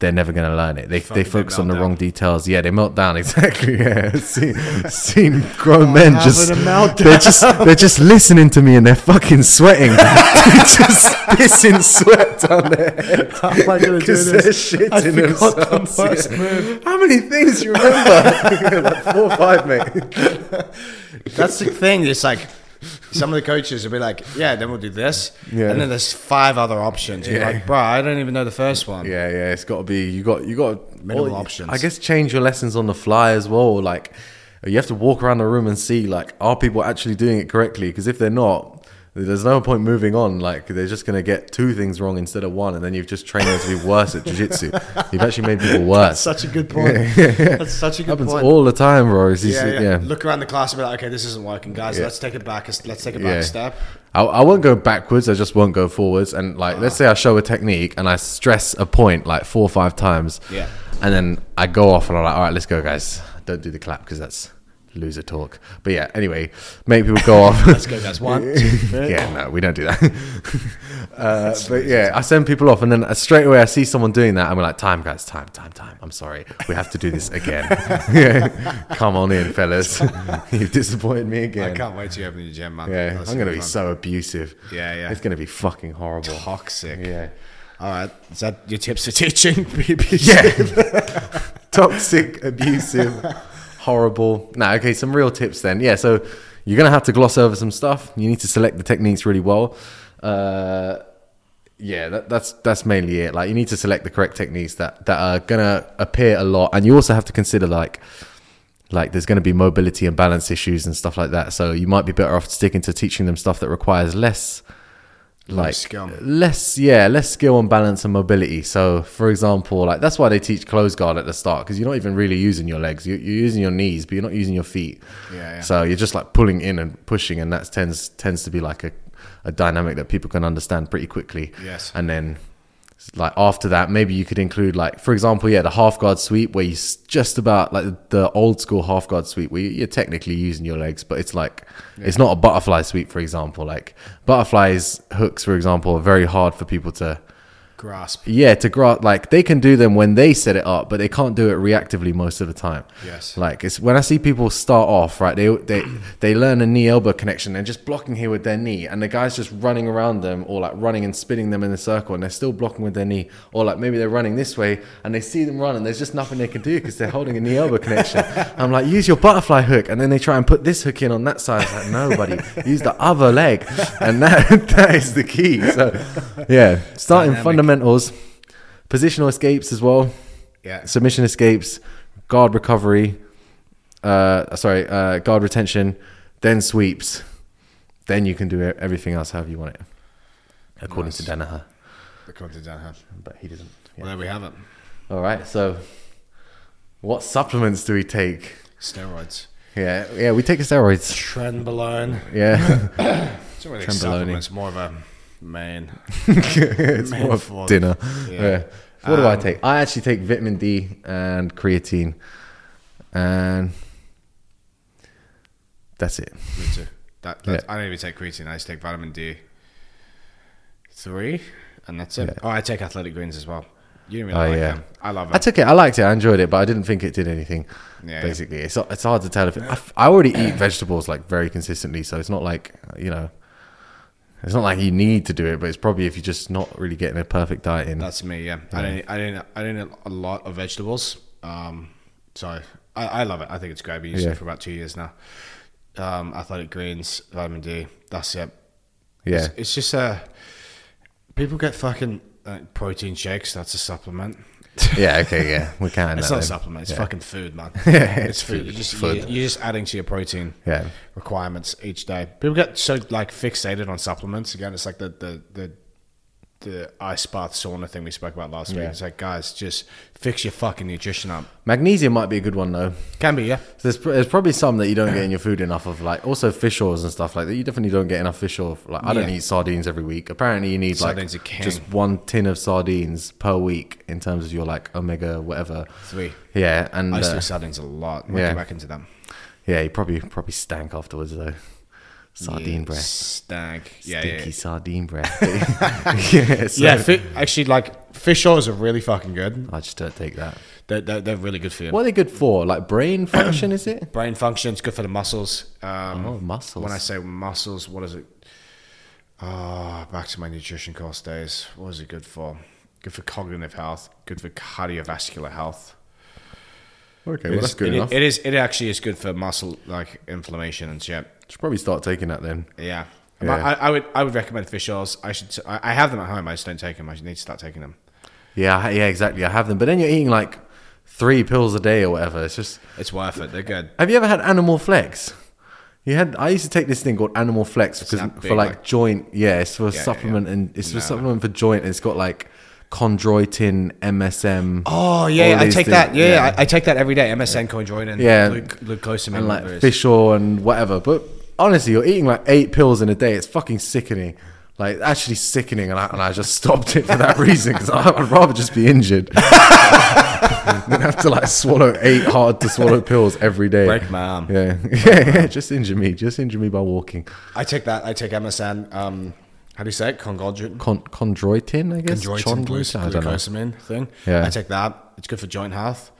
They're never going to learn it. They,
Fucking
they
they
focus on the
melt
wrong
down.
details. Yeah, they melt down exactly. Yeah, seen, seen grown men just
having a meltdown.
they're just they're just listening to me and they're fucking sweating. they're just pissing sweat down their head.
How am I gonna do
'Cause
this?
they're shitting
I forgot the
themselves, yeah.
first move.
How many things do you remember? like four or five, mate.
That's the thing. It's like some of the coaches will be like, "Yeah, then we'll do this,"
Yeah.
and then there's five other options. You're
Yeah.
like, "Bro, I don't even know the first one."
Yeah, yeah, it's got to be. You got you got
Minimal
or-
options.
I guess change your lessons on the fly as well. Like you have to walk around the room and see like are people actually doing it correctly? Because if they're not, There's no point moving on. Like they're just gonna get two things wrong instead of one, and then you've just trained them to be worse at jiu-jitsu. You've actually made people worse.
Such a good point. That's such a good
happens
point.
all the time, bro. It's- it's-
yeah, yeah.
yeah.
Look around the class and be like, okay, this isn't working, guys. Let's take it back. Let's take it back a
Yeah.
step.
I, I won't go backwards. I just won't go forwards. And like, let's say I show a technique and I stress a point like four or five times.
Yeah.
And then I go off and I'm like, all right, let's go, guys. Don't do the clap because that's loser talk. But yeah, anyway, make people go off.
Let's go, guys. One, two, three.
yeah, no, we don't do that. uh, but yeah, I send people off, and then uh, straight away I see someone doing that, and we're like, "Time, guys, time, time, time. I'm sorry, we have to do this again. Yeah. Come on in, fellas. You've disappointed me
I
again.
can't wait to open your gym, man.
Yeah,
That's
I'm gonna be
fun.
so abusive.
Yeah, yeah.
It's gonna be fucking horrible.
toxic.
Yeah.
All right. Is that your tips for teaching? yeah.
Yeah. Toxic, abusive, horrible. Nah, okay, some real tips then. Yeah, so you're gonna have to gloss over some stuff. You need to select the techniques really well. Uh yeah, that, that's that's mainly it. Like you need to select the correct techniques that that are gonna appear a lot, and you also have to consider like like there's going to be mobility and balance issues and stuff like that. So you might be better off sticking to teaching them stuff that requires less like
skill.
less yeah less skill and balance and mobility so for example like that's why they teach close guard at the start because you're not even really using your legs you, you're using your knees but you're not using your feet
Yeah, yeah.
so uh, you're just like pulling in and pushing and that tends tends to be like a, a dynamic that people can understand pretty quickly
Yes.
and then like after that maybe you could include like for example yeah the half guard sweep where you s- just about like the old school half guard sweep where you- you're technically using your legs but it's like it's not a butterfly sweep for example like butterflies hooks for example are very hard for people to
Grasp.
yeah to grasp like they can do them when they set it up but they can't do it reactively most of the time
Yes.
like it's when i see people start off right they they they learn a knee elbow connection they're just blocking here with their knee and the guy's just running around them or like running and spinning them in a circle and they're still blocking with their knee or like maybe they're running this way and they see them run and there's just nothing they can do because they're holding a knee elbow connection i'm like use your butterfly hook and then they try and put this hook in on that side it's like nobody use the other leg and that that is the key so yeah starting
Dynamic.
fundamentals positional escapes as well
Yeah.
submission escapes, guard recovery, uh, sorry, uh, guard retention, then sweeps. Then you can do e- everything else however you want it, according to Danaher.
According to Dan Hunt.
But he doesn't.
Well, there we have it.
All right, so what supplements do we take?
Steroids.
Yeah, yeah, we take steroids.
Trenbolone.
Yeah,
It's not really a
Trenbolone.
supplement. It's more of a main.
it's
Man,
more of
fuck.
dinner.
Yeah. Um,
Yeah. What do I take? I actually take vitamin D and creatine, and that's it.
Me too. That, that's I don't even take creatine. I just take vitamin D. Three, and that's it. Oh, I take athletic greens as well. You don't really
Oh,
like
yeah.
them. I love
I
them.
took it. I liked it. I enjoyed it, but I didn't think it did anything.
Yeah,
basically, it's it's hard to tell if it, I, I already eat vegetables like very consistently, so it's not like you know, it's not like you need to do it, but it's probably if you're just not really getting a perfect diet in.
That's me. Yeah, I didn't. I didn't. I didn't eat a lot of vegetables. Um, so I, I love it. I think it's great. I've been using
Yeah.
it for about two years now. Um, athletic greens, vitamin D. That's it.
yeah,
It's, it's just uh, people get fucking uh, protein shakes. That's a supplement.
yeah, okay, yeah, we're counting
It's
that.
not a
then.
supplement. It's fucking food, man.
it's
it's food.
food,
You're
it's
just,
food.
You're, you're just adding to your protein
Yeah.
requirements each day. People get so like fixated on supplements. Again, it's like the the the, the ice bath sauna thing we spoke about last week. It's like, guys, just fix your fucking nutrition up.
Magnesium might be a good one though.
Can be, yeah.
There's, pr- there's probably some that you don't get in your food enough of, like also fish oils and stuff like that. You definitely don't get enough fish oil. Like I don't
Yeah.
eat sardines every week. Apparently, you need
Sardines are
like
king.
just one tin of sardines per week in terms of your like omega whatever.
Three.
Yeah, and
I used to
uh,
do sardines a lot. Might
yeah.
get back into them.
yeah, you probably probably stank afterwards though. Sardine
yeah,
breath,
Stank. Yeah,
stinky
yeah.
sardine breath. yeah, so
Yeah, fi- actually, like fish oils are really fucking good.
I just don't take that.
They're, they're, they're really good for you.
What are they good for? Like brain function, is it?
Brain function. It's good for the muscles. Um,
Oh, muscles.
When I say muscles, what is it? Ah, back to my nutrition course days. What is it good for? Good for cognitive health. Good for cardiovascular health.
Okay,
It is- it, It is. It actually is good for muscle like inflammation and shit.
Should probably start taking that then.
Yeah.
Yeah.
I, I would. I would recommend fish oils. I should. I I have them at home. I just don't take them. I should need to start taking them.
Yeah, I- yeah, exactly. I have them, but then you're eating like three pills a day or whatever. It's just.
It's worth it. They're good.
Have you ever had Animal Flex? He had. I used to take this thing called Animal Flex because
that
for
big,
like,
like-
joint. Yeah, it's for a
yeah,
supplement and it's for
No.
supplement for joint. And it's got like chondroitin, MSM.
Oh
all
yeah, I
these
take
things.
that. Yeah, I, I take that every day. MSN cojoining,
Yeah.
gluc- glucosamine,
and
whatever it
like
is.
fish oil and whatever. But honestly, you're eating like eight pills in a day. It's fucking sickening. Like actually sickening, and I, and I just stopped it for that reason because I'd rather just be injured than have to like swallow eight hard to swallow pills every day.
Break my arm.
Yeah, yeah, yeah. Just injure me. Just injure me by walking.
I take that. I take MSN. Um, how do you say it? Congolgin.
Con- chondroitin, I guess.
chondroitin, gluc-
I don't know.
glucosamine thing.
Yeah.
I take that. It's good for joint health.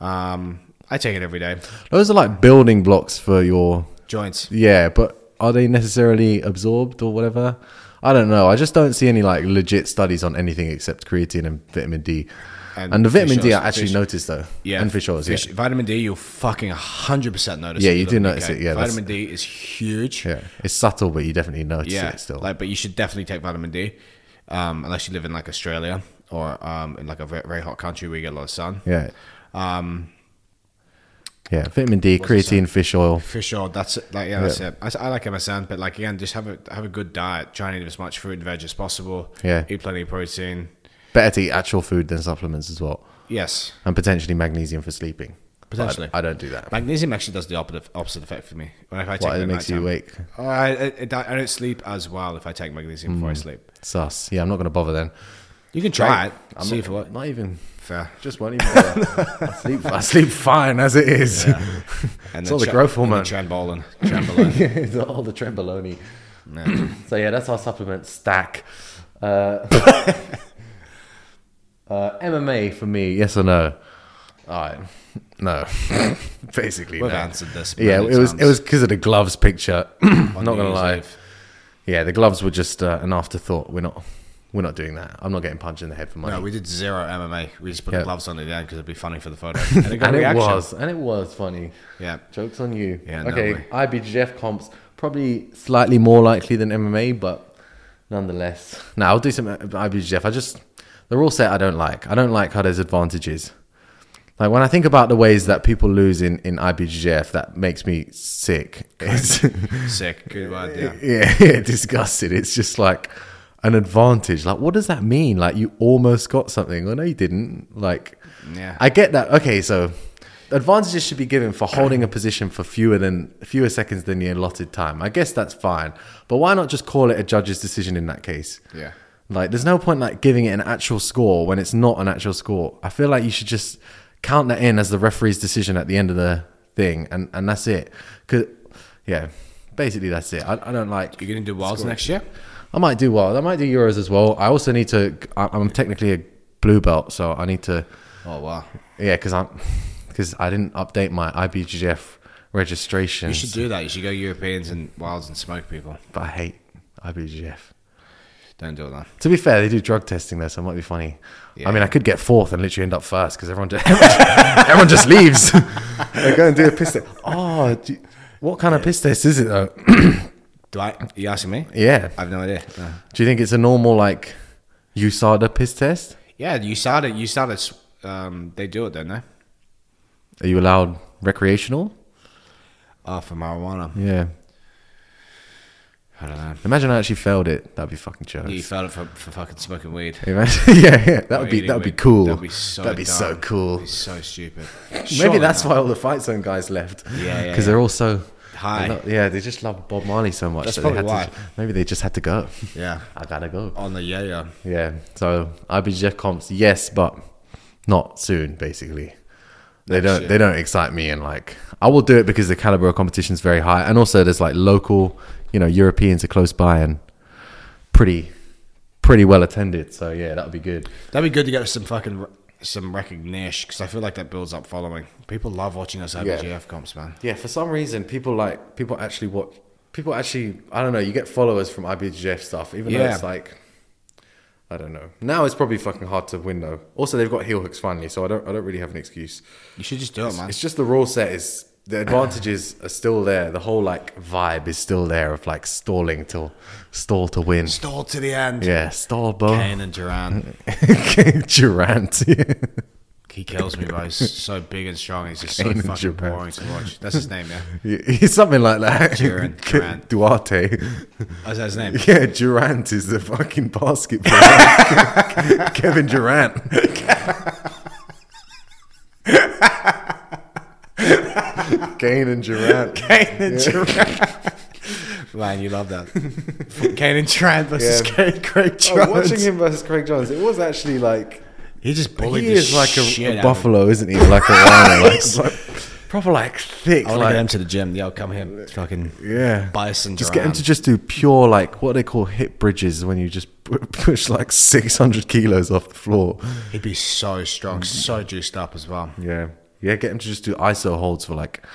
Um, I take it every day.
Those are like building blocks for your
Joints.
Yeah, but are they necessarily absorbed or whatever? I don't know. I just don't see any like legit studies on anything except creatine and vitamin D.
And
And, the vitamin
fish
D,
oils,
I actually
fish-
noticed though.
Yeah,
and fish oils.
fish-
yeah.
Vitamin D, you'll fucking hundred percent notice.
Yeah,
it
you
for
do
the
notice
weekend.
it, yeah, that's-
vitamin D is huge.
yeah, it's subtle, but you definitely notice
yeah,
it still.
Like, but you should definitely take vitamin D, um, unless you live in like Australia or um, in like a very, very hot country where you get a lot of sun.
yeah. Um. Yeah, vitamin D, creatine, fish oil.
For sure, that's it. like yeah, that's it. I, s- I like MSN, but like again, just have a have a good diet. Try and eat as much fruit and veg as possible.
Yeah.
eat plenty of protein.
Better to eat actual food than supplements as well,
Yes,
and potentially magnesium for sleeping. But I-
Potentially.
I, don't do that.
magnesium actually does the opposite opposite effect for me. When if I take
What,
it
it
at
makes you
nighttime-
awake.
Oh, I, I, I don't sleep as well if I take magnesium before I
Hmm.
sleep.
Sus. Yeah, I'm not going to bother then.
You can try it.
I'm
see
not,
if it works.
Not even
Fair.
Just won't even. I sleep. I sleep fine as it is.
And
It's all the growth
and the
hormone.
Trambolin. Trambolin.
It's all the tremboloni.
Yeah.
So yeah, that's our supplement stack. Uh, uh, MMA for me, yes or no? All right, no. Basically,
We've
no.
answered this.
Yeah,
many
it was it
times
was because of the gloves picture. I'm
on
not gonna
New Year's
lie.
Eve.
Yeah, the gloves were just uh, an afterthought. We're not we're not doing that. I'm not getting punched in the head for money.
No, we did zero MMA. We just put
Yeah.
the gloves on at the end because it'd be funny for the photo. And it got
and
a reaction.
it was and it was funny.
Yeah.
Jokes on you.
Yeah, no
okay,
way.
IBJJF comps probably slightly more likely than MMA, but nonetheless. Now I'll do some IBJJF. I just the rule set I don't like. I don't like how there's advantages. Like when I think about the ways that people lose in in IBJJF, that makes me sick. It's,
Sick. Good word. Yeah.
yeah, yeah, disgusted. It's just like an advantage. Like, what does that mean? Like, you almost got something. Well, no, you didn't. Like,
Yeah.
I get that. Okay, so advantages should be given for holding a position for fewer than fewer seconds than the allotted time. I guess that's fine. But why not just call it a judge's decision in that case?
Yeah.
Like, there's no point like giving it an actual score when it's not an actual score. I feel like you should just count that in as the referee's decision at the end of the thing, and and that's it. Cause yeah, basically that's it. I, I don't like.
You're going to do Wilds next year?
I might do well. I might do Euros as well. I also need to. I- I'm technically a blue belt, so I need to.
Oh, wow.
Yeah, because I'm because I didn't update my IBGF registration.
You should do that. You should go Europeans and Wilds and smoke people.
but I hate IBGF.
Don't do it, that.
To be fair, they do drug testing there, so it might be funny.
Yeah.
I mean, I could get fourth and literally end up first because everyone just everyone just leaves. they go and do a piss test. Oh, do you- what kind of piss test is it though?
Do I? You asking me?
yeah.
I have no idea. No.
Do you think it's a normal like USADA piss test?
Yeah, you started. You started. s- Um, they do it, don't they?
Are you allowed recreational?
Oh, for marijuana.
Yeah.
I don't know.
Imagine I actually failed it. That'd be fucking jokes.
You fell for, for fucking smoking weed.
Imagine- yeah, yeah, that
Or
would be
eating
that would be
weed.
cool.
That'd be so. dumb.
cool.
That'd be so stupid.
Maybe
Surely
that's
not.
why all the fight zone guys left.
Yeah, yeah,
because they're all so
High.
they lo- yeah, they just love Bob Marley so much.
That's
that they had
probably
to- maybe they just had to go.
Yeah.
I gotta go.
On the yeah yeah.
Yeah. So IBJJF comps, yes, but not soon. Basically, they don't
shit.
they don't excite me, and like I will do it because the caliber of competition is very high, and also there's like local, you know, Europeans are close by and pretty pretty well attended. So yeah, that would be good.
That'd be good to get some fucking re- some recognition because I feel like that builds up following. People love watching us IBGF comps, man.
Yeah, for some reason, people like people actually watch. People actually, I don't know. You get followers from IBGF stuff, even though
Yeah.
it's like, I don't know. Now it's probably fucking hard to win though. Also, they've got heel hooks finally, so I don't, I don't really have an excuse.
You should just do it, man.
It's just the rule set is the advantages are still there. The whole like vibe is still there of like stalling till stall to win.
Stall to the end.
Yeah, stall, bro.
Kane and Duran.
Durant.
He kills me, but he's so big and strong. He's just so
Kane in
fucking
Japan.
boring to watch. That's his name, yeah.
He's something like that.
Duran- Durant.
Duarte.
That's his name.
Yeah, Durant is the fucking basketball. Kevin Durant. Kane and Durant.
Kane and Durant. Man, you love that. Kane and Durant versus
Yeah.
Kane, Craig
Oh,
Jones.
watching him versus Craig Jones, it was actually like
He just bullied
he
the
is like
shit
a, a
out of him.
buffalo, isn't he? Like a rhino, like, like proper like thick.
I want to
like-
get him to the gym. Yeah, I'll come here. Fucking
yeah,
bison.
Just get him to just do pure like what they call hip bridges when you just pu- push like six hundred kilos off the floor.
He'd be so strong, so juiced up as well.
Yeah, yeah, get him to just do iso holds for like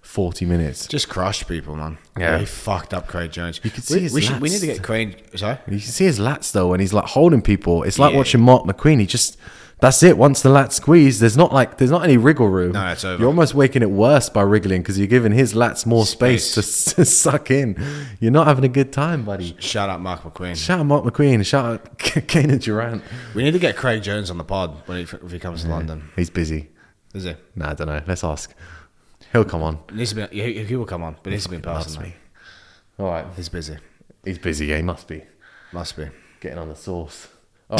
forty minutes.
Just crushed people, man.
Yeah.
he fucked up Craig Jones. You
could see
we,
his
we, should, we
lats.
need to get Craig. Sorry,
You can see his lats though when he's like holding people. It's like
Yeah.
watching Mark McQueen. He just that's it. Once the lats squeeze, there's not like there's not any wriggle room.
No, it's over.
You're almost making it worse by wriggling because you're giving his lats more space, to, to suck in. You're not having a good time, buddy.
shout out Mark McQueen.
Shout out Mark McQueen. Shout out Kane and Durant.
We need to get Craig Jones on the pod when he, if he comes to London.
He's busy.
Is he?
Nah, I don't know. Let's ask. He'll come on.
It Needs to be. He, he will come on, but it needs to be in person. mate.
All right.
He's busy.
He's busy. Yeah, he must be
Must be.
getting on the sauce.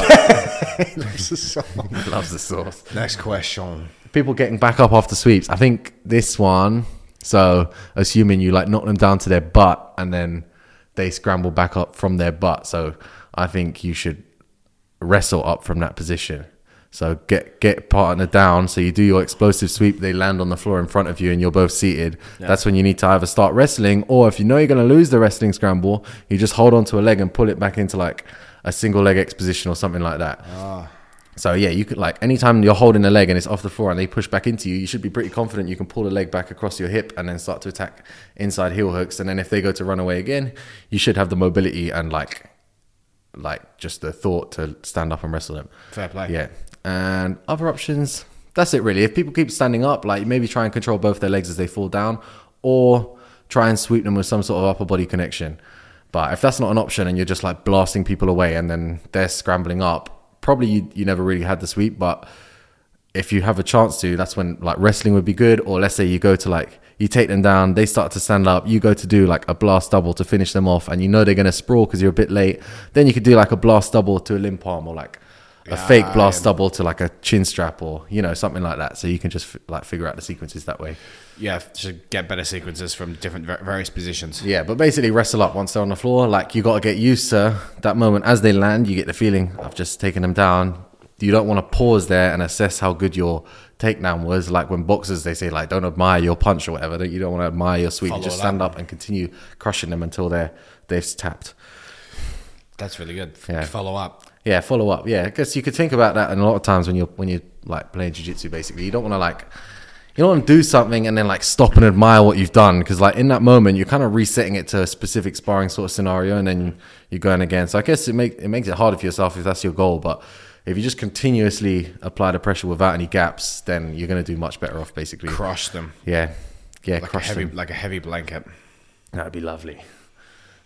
He loves the sauce.
Next question.
people getting back up after sweeps. I think this one. So assuming you like knock them down to their butt and then they scramble back up from their butt. So I think you should wrestle up from that position. So get get partner down. So you do your explosive sweep. They land on the floor in front of you, and you're both seated. That's when you need to either start wrestling, or if you know you're going to lose the wrestling scramble, you just hold onto a leg and pull it back into like a single leg exposition or something like that. So yeah, you could like anytime you're holding a leg and it's off the floor and they push back into you, you should be pretty confident you can pull the leg back across your hip and then start to attack inside heel hooks. And then if they go to run away again, you should have the mobility and like like just the thought to stand up and wrestle them.
Fair play.
Yeah. And other options, that's it really. If people keep standing up, like maybe try and control both their legs as they fall down or try and sweep them with some sort of upper body connection. But if that's not an option and you're just like blasting people away and then they're scrambling up, probably you, you never really had the sweep, but if you have a chance to, that's when like wrestling would be good. Or let's say you go to like you take them down, they start to stand up, you go to do like a blast double to finish them off, and you know they're gonna sprawl because you're a bit late. Then you could do like a blast double to a limb palm or like a fake blast double to like a chin strap or you know something like that. So you can just f- like figure out the sequences that way.
Yeah, should get better sequences from different var- various positions.
Yeah, but basically wrestle up once they're on the floor. Like you got to get used to that moment as they land. You get the feeling I've just taken them down. You don't want to pause there and assess how good your takedown was. Like when boxers, they say like don't admire your punch or whatever. Don't, you don't want to admire your sweep. You
Follow
just
that
stand up and continue crushing them until they're they've tapped.
That's really good.
Yeah.
Follow up.
Yeah, follow up. Yeah, because you could think about that. And a lot of times when you're when you're like playing jujitsu, basically, you don't want to like you don't want to do something and then like stop and admire what you've done because like in that moment you're kind of resetting it to a specific sparring sort of scenario and then you're going again. So I guess it make it makes it harder for yourself if that's your goal, but. If you just continuously apply the pressure without any gaps, then you're going to do much better off, basically.
Crush them
yeah, yeah,
like a
crush
heavy,
them.
like a heavy blanket.
That would be lovely.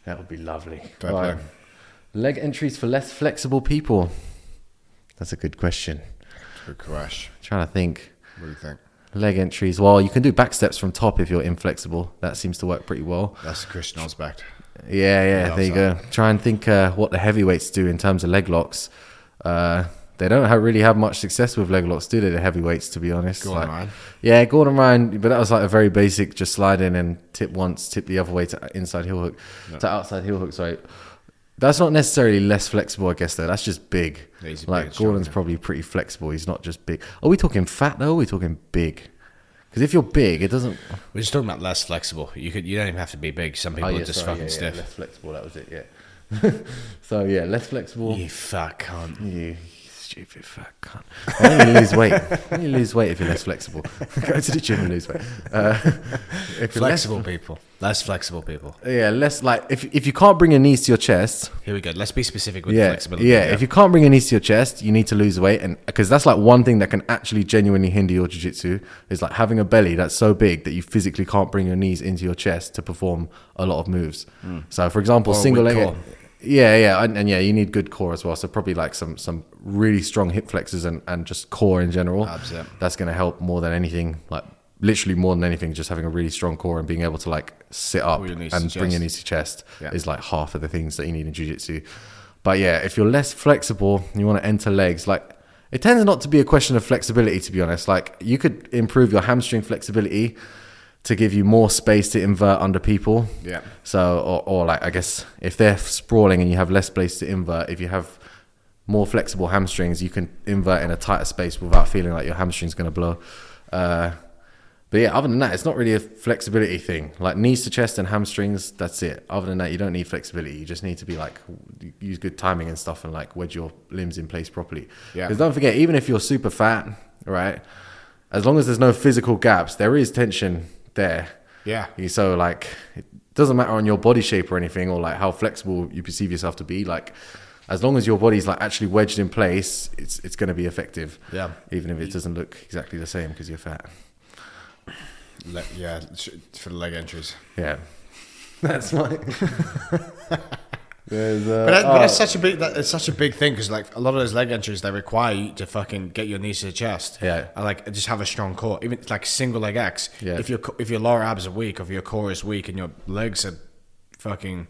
That would be lovely.
Fair
Right.
play.
Leg entries for less flexible people. That's a good question.
Good crush.
trying to think.
What do you think?
Leg entries. Well, you can do back steps from top if you're inflexible. That seems to work pretty well.
That's Christian Osback.
Yeah, yeah.
Yeah,
there you go. Try and think uh, what the heavyweights do in terms of leg locks. Uh, they don't have, really have much success with leg locks, do they? The heavyweights, to be honest.
Gordon
Like-
Ryan.
Yeah, Gordon Ryan. But that was like a very basic, just slide in and tip once, tip the other way to inside heel hook, to outside heel hook. Sorry. That's not necessarily less flexible, I guess. Though that's just big.
Yeah, he's a
like
big, strong
Gordon's
guy.
probably pretty flexible. He's not just big. Are we talking fat though? Or are we talking big? Because if you're big, it doesn't.
We're just talking about less flexible. You could, you don't even have to be big. Some people
Oh, yeah,
are just
sorry,
fucking
yeah, yeah,
stiff.
less flexible. That was it. Yeah. so yeah, less flexible.
You fuck cunt.
You stupid fat cunt. Why don't you lose weight? Why don't you lose weight if you're less flexible? Go to the gym and lose weight. Uh, if you're less-
Flexible people. Less flexible people.
yeah, less like if if you can't bring your knees to your chest,
Here we go. Let's be specific with
yeah,
flexibility.
yeah. If you can't bring your knees to your chest, you need to lose weight, and because that's like one thing that can actually genuinely hinder your jiu-jitsu is like having a belly that's so big that you physically can't bring your knees into your chest to perform a lot of moves. So, for
Hmm.
example,
Or a
single
weak
leg,
core.
Yeah, yeah, and, and yeah, you need good core as well. So probably like some some really strong hip flexors and and just core in general.
Abs, yeah.
That's going to help more than anything. Like literally more than anything, just having a really strong core and being able to like sit up
Pull your knees
and
to
bring your
chest.
knees to chest
Yeah.
is like half of the things that you need in jujitsu. But yeah, if you're less flexible, and you want to enter legs like. It tends not to be a question of flexibility, to be honest. Like you could improve your hamstring flexibility to give you more space to invert under people.
Yeah.
So, or, or like, I guess if they're sprawling and you have less space to invert, if you have more flexible hamstrings, you can invert in a tighter space without feeling like your hamstring's going to blow. Uh, but yeah, other than that, it's not really a flexibility thing. Like knees to chest and hamstrings, that's it. Other than that, you don't need flexibility. You just need to be like, w- use good timing and stuff and like wedge your limbs in place properly.
Yeah.
Because don't forget, even if you're super fat, right, as long as there's no physical gaps, there is tension there.
Yeah.
You- So like, it doesn't matter on your body shape or anything, or like how flexible you perceive yourself to be. Like, as long as your body's like actually wedged in place, it's it's going to be effective.
Yeah.
Even if it doesn't look exactly the same because you're fat.
Le- yeah, sh- for the leg entries.
Yeah. That's my. There's, uh,
But, that, but
oh,
that's such a big that, it's such a big thing because like a lot of those leg entries they require you to fucking get your knees to the chest.
Yeah.
and like just have a strong core. Even it's like single leg X.
Yeah.
If your co- if your lower abs are weak, or if your core is weak, and your legs are fucking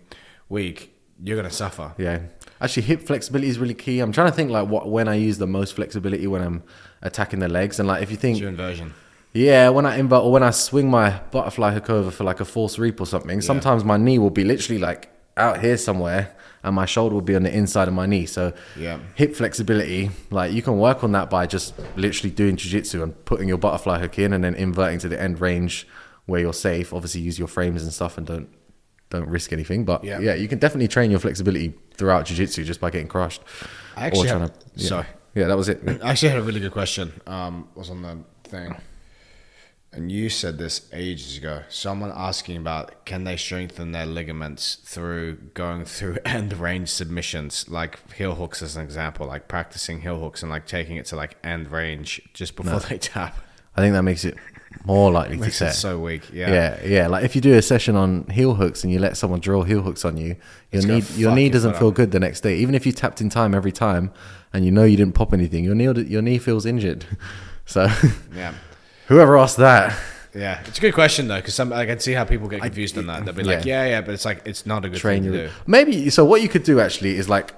weak, you're gonna suffer.
Yeah. Actually, hip flexibility is really key. I'm trying to think like what when I use the most flexibility when I'm attacking the legs, and like if you think
It's your inversion.
Yeah, when I invert or when I swing my butterfly hook over for like a false reap or something, sometimes my knee will be literally like out here somewhere and my shoulder will be on the inside of my knee. So
Yeah.
hip flexibility, like you can work on that by just literally doing jujitsu and putting your butterfly hook in and then inverting to the end range where you're safe. Obviously use your frames and stuff and don't don't risk anything. But
Yeah.
yeah, you can definitely train your flexibility throughout jujitsu just by getting crushed.
I actually
trying
have-
yeah.
sorry.
Yeah, that was it.
I actually had a really good question. Um, was on the thing, and you said this ages ago. Someone asking about can they strengthen their ligaments through going through end range submissions, like heel hooks as an example, like practicing heel hooks and like taking it to like end range just before they tap.
I think that makes it more likely
Makes
to
it
set.
so weak. Yeah.
Yeah. yeah, Like if you do a session on heel hooks and you let someone drill heel hooks on you, your
It's gonna
knee your
fuck
knee
your
doesn't
foot
feel good the next day. Even if you tapped in time every time, and you know you didn't pop anything, your knee your knee feels injured. So,
Yeah.
whoever asked that,
Yeah, it's a good question though, because some like, I can see how people get confused on that. They'll be like,
yeah.
"Yeah, yeah," but it's like it's not a good
train
thing to
your
do.
maybe. So what you could do actually is like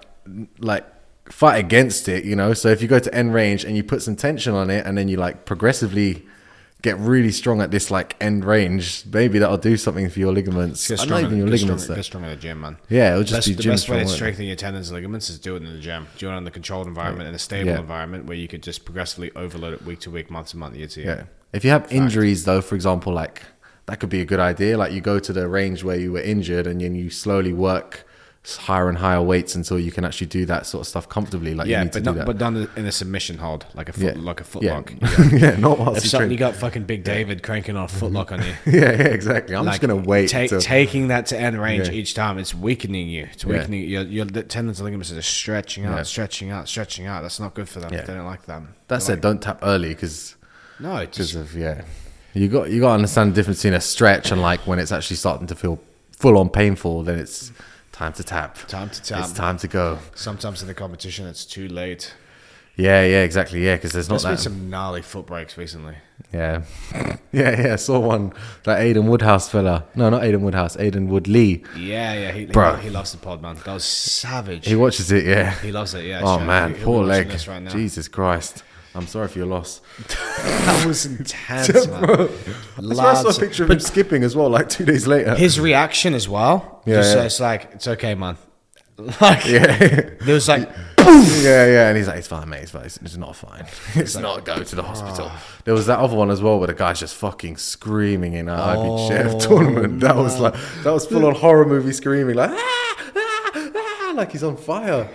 like fight against it. You know, so if you go to end range and you put some tension on it, and then you like progressively get really strong at this like end range, maybe that'll do something for your ligaments.
Get
I'm
strong in-
not even your
get
ligaments.
strong,
though.
get strong in the gym, man.
Yeah, it'll just
best,
be
the
gym
best way to
strong, won't it?
strengthen your tendons and ligaments is do it in the gym. Do it in the controlled environment, in a stable
Yeah.
environment where you could just progressively overload it week to week, month to month, year to year.
Yeah. If you have injuries, though, for example, like that could be a good idea. Like you go to the range where you were injured, and then you slowly work s- higher and higher weights until you can actually do that sort of stuff comfortably. Like
Yeah,
you need to
but
do
not,
that.
but done in a submission hold, like a foot, like a foot
yeah.
lock.
Yeah. not whilst
If
you
suddenly
train.
you got fucking Big David cranking on a foot lock on you,
yeah, yeah, exactly. I'm
like,
just gonna wait.
Take,
till-
taking that to end range
Yeah.
each time, it's weakening you. It's weakening your your the tendons and ligaments are just stretching out, stretching out, stretching out. That's not good for them.
Yeah.
They don't like them.
that said, don't tap early because
No, it's
because
just
of yeah. You got you got to understand the difference between a stretch and like when it's actually starting to feel full on painful. Then it's time to tap.
Time to tap.
It's time to go.
sometimes in the competition it's too late.
Yeah, yeah, exactly. Yeah, because there's not
There's been
that.
some gnarly foot breaks recently.
Yeah. yeah, yeah. I saw one. That Aiden Woodhouse fella. No, not Aiden Woodhouse. Aiden Woodley.
Yeah, yeah, he,
Bro.
He, he loves the pod, man. That was savage.
He
He,
watches it, yeah.
loves it. Yeah.
oh,
sure.
man.
He'll be
poor
watching
leg.
this Right now.
Jesus Christ. I'm sorry for your loss.
that was intense, man. Lads.
of him skipping as well, like two days later.
His reaction as well.
Yeah,
Yeah, So
yeah.
it's like it's okay, man. Like
yeah.
there was like
yeah, yeah. And he's like, it's fine, mate. It's fine. It's, it's not fine. It's "Ah." not go to the hospital. There was that other one as well where the guy's just fucking screaming in our IBJJF tournament. That was like, that was full on horror movie screaming, like, ah, ah, ah, like he's on fire.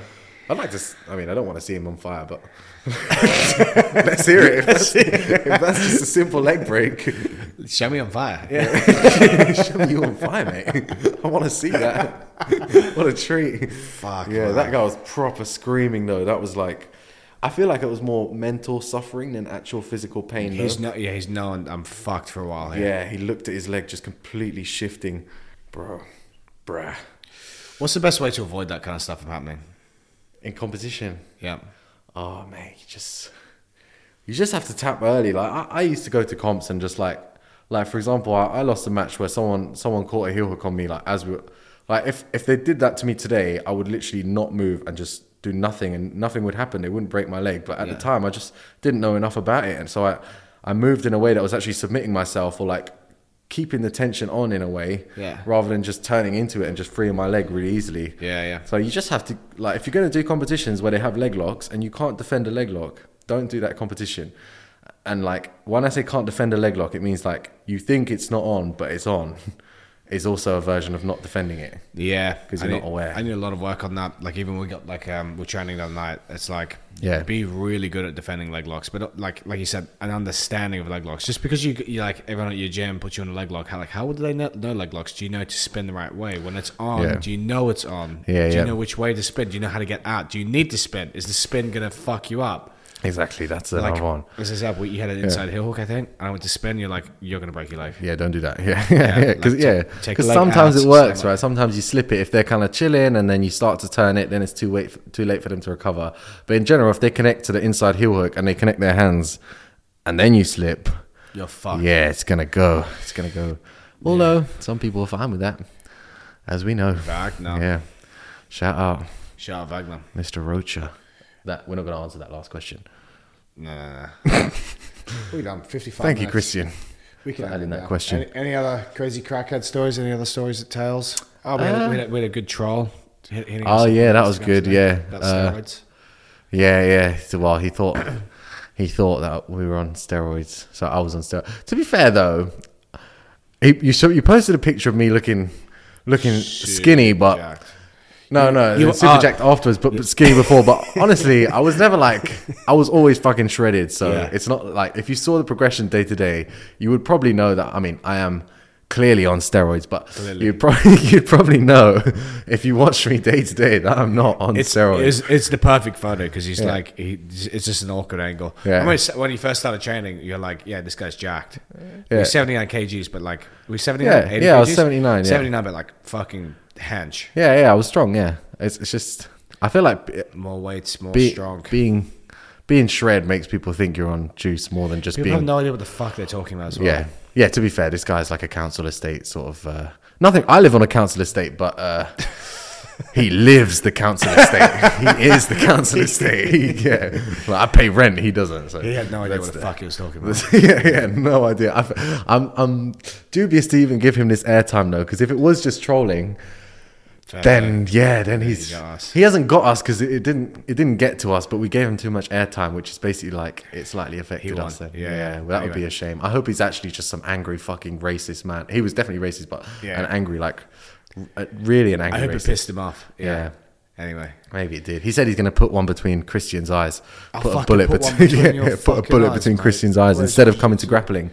I'd like to, s- I mean, I don't want to see him on fire, but let's hear it. If that's, if that's just a simple leg break,
show me on fire. Yeah.
show me you on fire, mate. I want to see that. what a treat.
Fuck,
Yeah,
man.
that guy was proper screaming though. That was like, I feel like it was more mental suffering than actual physical pain. Though.
He's no, yeah, he's known I'm fucked for a while here.
yeah, he looked at his leg just completely shifting, bro, bruh.
What's the best way to avoid that kind of stuff from happening?
in competition.
Yeah.
Oh mate, you just you just have to tap early. Like I, I used to go to comps and just like like for example, I, I lost a match where someone someone caught a heel hook on me. Like as we like if if they did that to me today, I would literally not move and just do nothing and nothing would happen. It wouldn't break my leg. But at
Yeah.
the time, I just didn't know enough about it, and so I I moved in a way that was actually submitting myself or like keeping the tension on in a way
Yeah.
rather than just turning into it and just freeing my leg really easily.
Yeah, yeah.
So you just have to like if you're going to do competitions where they have leg locks and you can't defend a leg lock, don't do that competition. And like when I say can't defend a leg lock, it means like you think it's not on, but it's on. is also a version of not defending it.
Yeah,
'Cause
I
you're not
need-
aware.
I need a lot of work on that. Like even we got like um, we're training that night. It's like
Yeah.
be really good at defending leg locks, but uh, like like you said, an understanding of leg locks. Just because you you like everyone at your gym puts you on a leg lock, how like how would they know, know leg locks? Do you know to spin the right way when it's on?
Yeah.
Do you know it's on?
Yeah,
Do
yeah.
you know which way to spin? Do you know how to get out? Do you need to spin? Is the spin gonna fuck you up?
Exactly, that's
Like
another one.
as I said, we- you had an inside heel hook, I think, and I went to spin. You're like, you're gonna break your leg.
Yeah, don't do that. Yeah, yeah, yeah.
like,
Because
t-
yeah,
take
'cause
a leg
sometimes
out,
it works,
something
right? Sometimes you slip it if they're kind of chilling, and then you start to turn it. Then it's too late, too late for them to recover. But in general, if they connect to the inside heel hook and they connect their hands, and then you slip,
You're fucked.
yeah, it's gonna go. It's gonna go. Although some people are fine with that, as we know.
Wagner.
Yeah. Shout out,
Shout out Wagner.
Mr. Rocha. That we're not gonna answer that last question.
No, no, no. we done 55
Thank you,
minutes.
Christian.
We can
for
end
adding
it
that
now.
question.
Any, any other crazy crackhead stories? Any other stories at Tales? Oh, we, had, a, we, had a, we had a good troll. hit- hitting
Oh,
us on
yeah, that was
Instagram
good,
today
yeah.
About
Uh,
steroids.
Yeah, yeah. So, well, he thought he thought that we were on steroids. So I was on steroids. To be fair, though, he, you so you posted a picture of me looking looking skinny, but
jacked.
no, no,
you
super
are-
jacked afterwards, but, but skinny before. But honestly, I was never like I was always fucking shredded. So
Yeah.
it's not like if you saw the progression day to day, you would probably know that. I mean, I am. Clearly on steroids, but
Clearly.
you'd probably you'd probably know if you watch me day to day that I'm not on
It's,
steroids.
it's it's the perfect photo because he's
Yeah.
like he, it's just an awkward angle.
Yeah.
I mean, it's- when you first started training, you're like, yeah, this guy's jacked.
Yeah.
We're 79 kgs, but like we're 79.
Yeah,
80
yeah, I was
kgs?
79, yeah.
79, but like fucking hench,
Yeah, yeah, I was strong. Yeah, it's, it's just I feel like be,
more weights, more
be-
strong.
being being shred makes people think you're on juice more than just
People have
being.
no idea what the fuck they're talking about. As well.
yeah, yeah. To be fair, this guy's like a council estate sort of. Uh, nothing. I live on a council estate, but uh, he lives the council estate. he is the council estate. He- yeah, like, I pay rent. He doesn't. So
he had no idea
that's
what the
the-
fuck he was talking about.
This- yeah, yeah, no idea. I've, I'm, I'm dubious to even give him this airtime though, because if it was just trolling,
Fair
then yeah, then he's
he got us.
he hasn't got us because it, it didn't it didn't get to us, but we gave him too much airtime, which is basically like it slightly affected
won.
us. Then.
Yeah, yeah.
well, that would be
Anyway.
a shame. I hope he's actually just some angry fucking racist man. He was definitely racist, but
Yeah.
an angry like r- uh, really an angry.
I hope
racist.
it pissed him off. Yeah.
Yeah.
Anyway.
Maybe it did. He said he's going to put one between Christian's eyes.
I'll
put a
fucking
bullet
put one
between,
between your
yeah, put a
fucking
bullet
eyes,
between
mate.
Christian's eyes
Where's
instead of coming to grappling.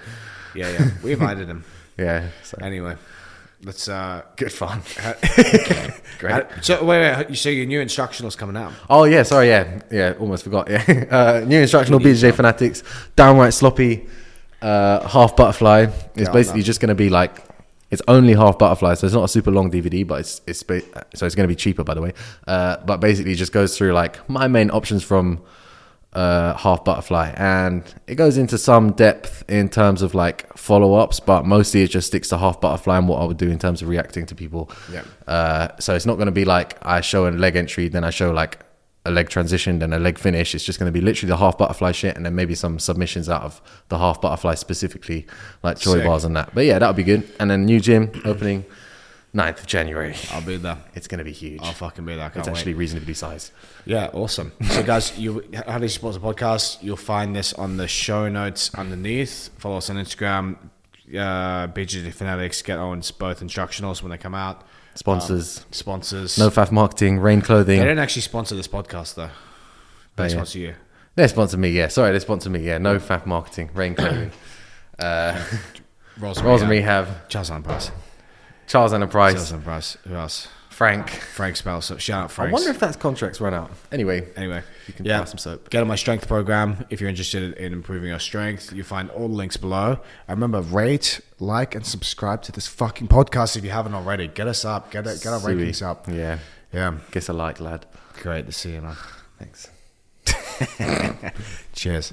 Yeah, yeah. We invited him.
Yeah, so
Anyway. Let's uh
good fun.
Great. So wait, wait, you so your new instructional's coming out.
Oh yeah, sorry, yeah, yeah, almost forgot. Yeah, uh, new instructional BJJ fanatics, downright sloppy, uh, half butterfly. It's
Yeah,
basically
man.
just going to be like, it's only half butterfly, so it's not a super long DVD, but it's it's ba- so it's going to be cheaper, by the way. Uh, but basically, just goes through like my main options from uh, half butterfly, and it goes into some depth in terms of like follow ups, but mostly it just sticks to half butterfly and what I would do in terms of reacting to people.
Yeah.
Uh, so it's not going to be like I show a leg entry, then I show like a leg transition, then a leg finish. It's just going to be literally the half butterfly shit, and then maybe some submissions out of the half butterfly specifically, like joy
Sick.
bars and that. But yeah, that would be good. And then new gym opening 9th of January.
I'll be there.
It's going to be huge.
I'll fucking be there. I Oh, can't
it's actually
wait.
reasonably sized.
Yeah, awesome. So guys, you how do you support the podcast? You'll find this on the show notes underneath. Follow us on Instagram, uh BGD Fanatics, get on both instructionals when they come out.
Sponsors.
Sponsors.
no faff marketing, rain
Um, They
clothing.
don't actually sponsor this podcast though. They
Oh, yeah.
sponsor you.
They sponsor me, yeah. Sorry, they sponsor me, yeah. No faff marketing, rain clothing.
Rolls
Rosemary have
Jazz on Price.
Charles Enterprise,
Jazz on Price. Who else?
Frank.
Frank smells soap. Shout out Frank.
I wonder if that contract's run out. Anyway,
Anyway,
you can
yeah,
buy some soap.
get on my strength program if you're interested in improving your strength. You find all the links below. And remember, rate, like, and subscribe to this fucking podcast if you haven't already. Get us up. Get it. Get our
Silly.
rankings up.
Yeah.
Yeah,
Guess I like, lad.
great to see you, man.
Thanks.
Cheers.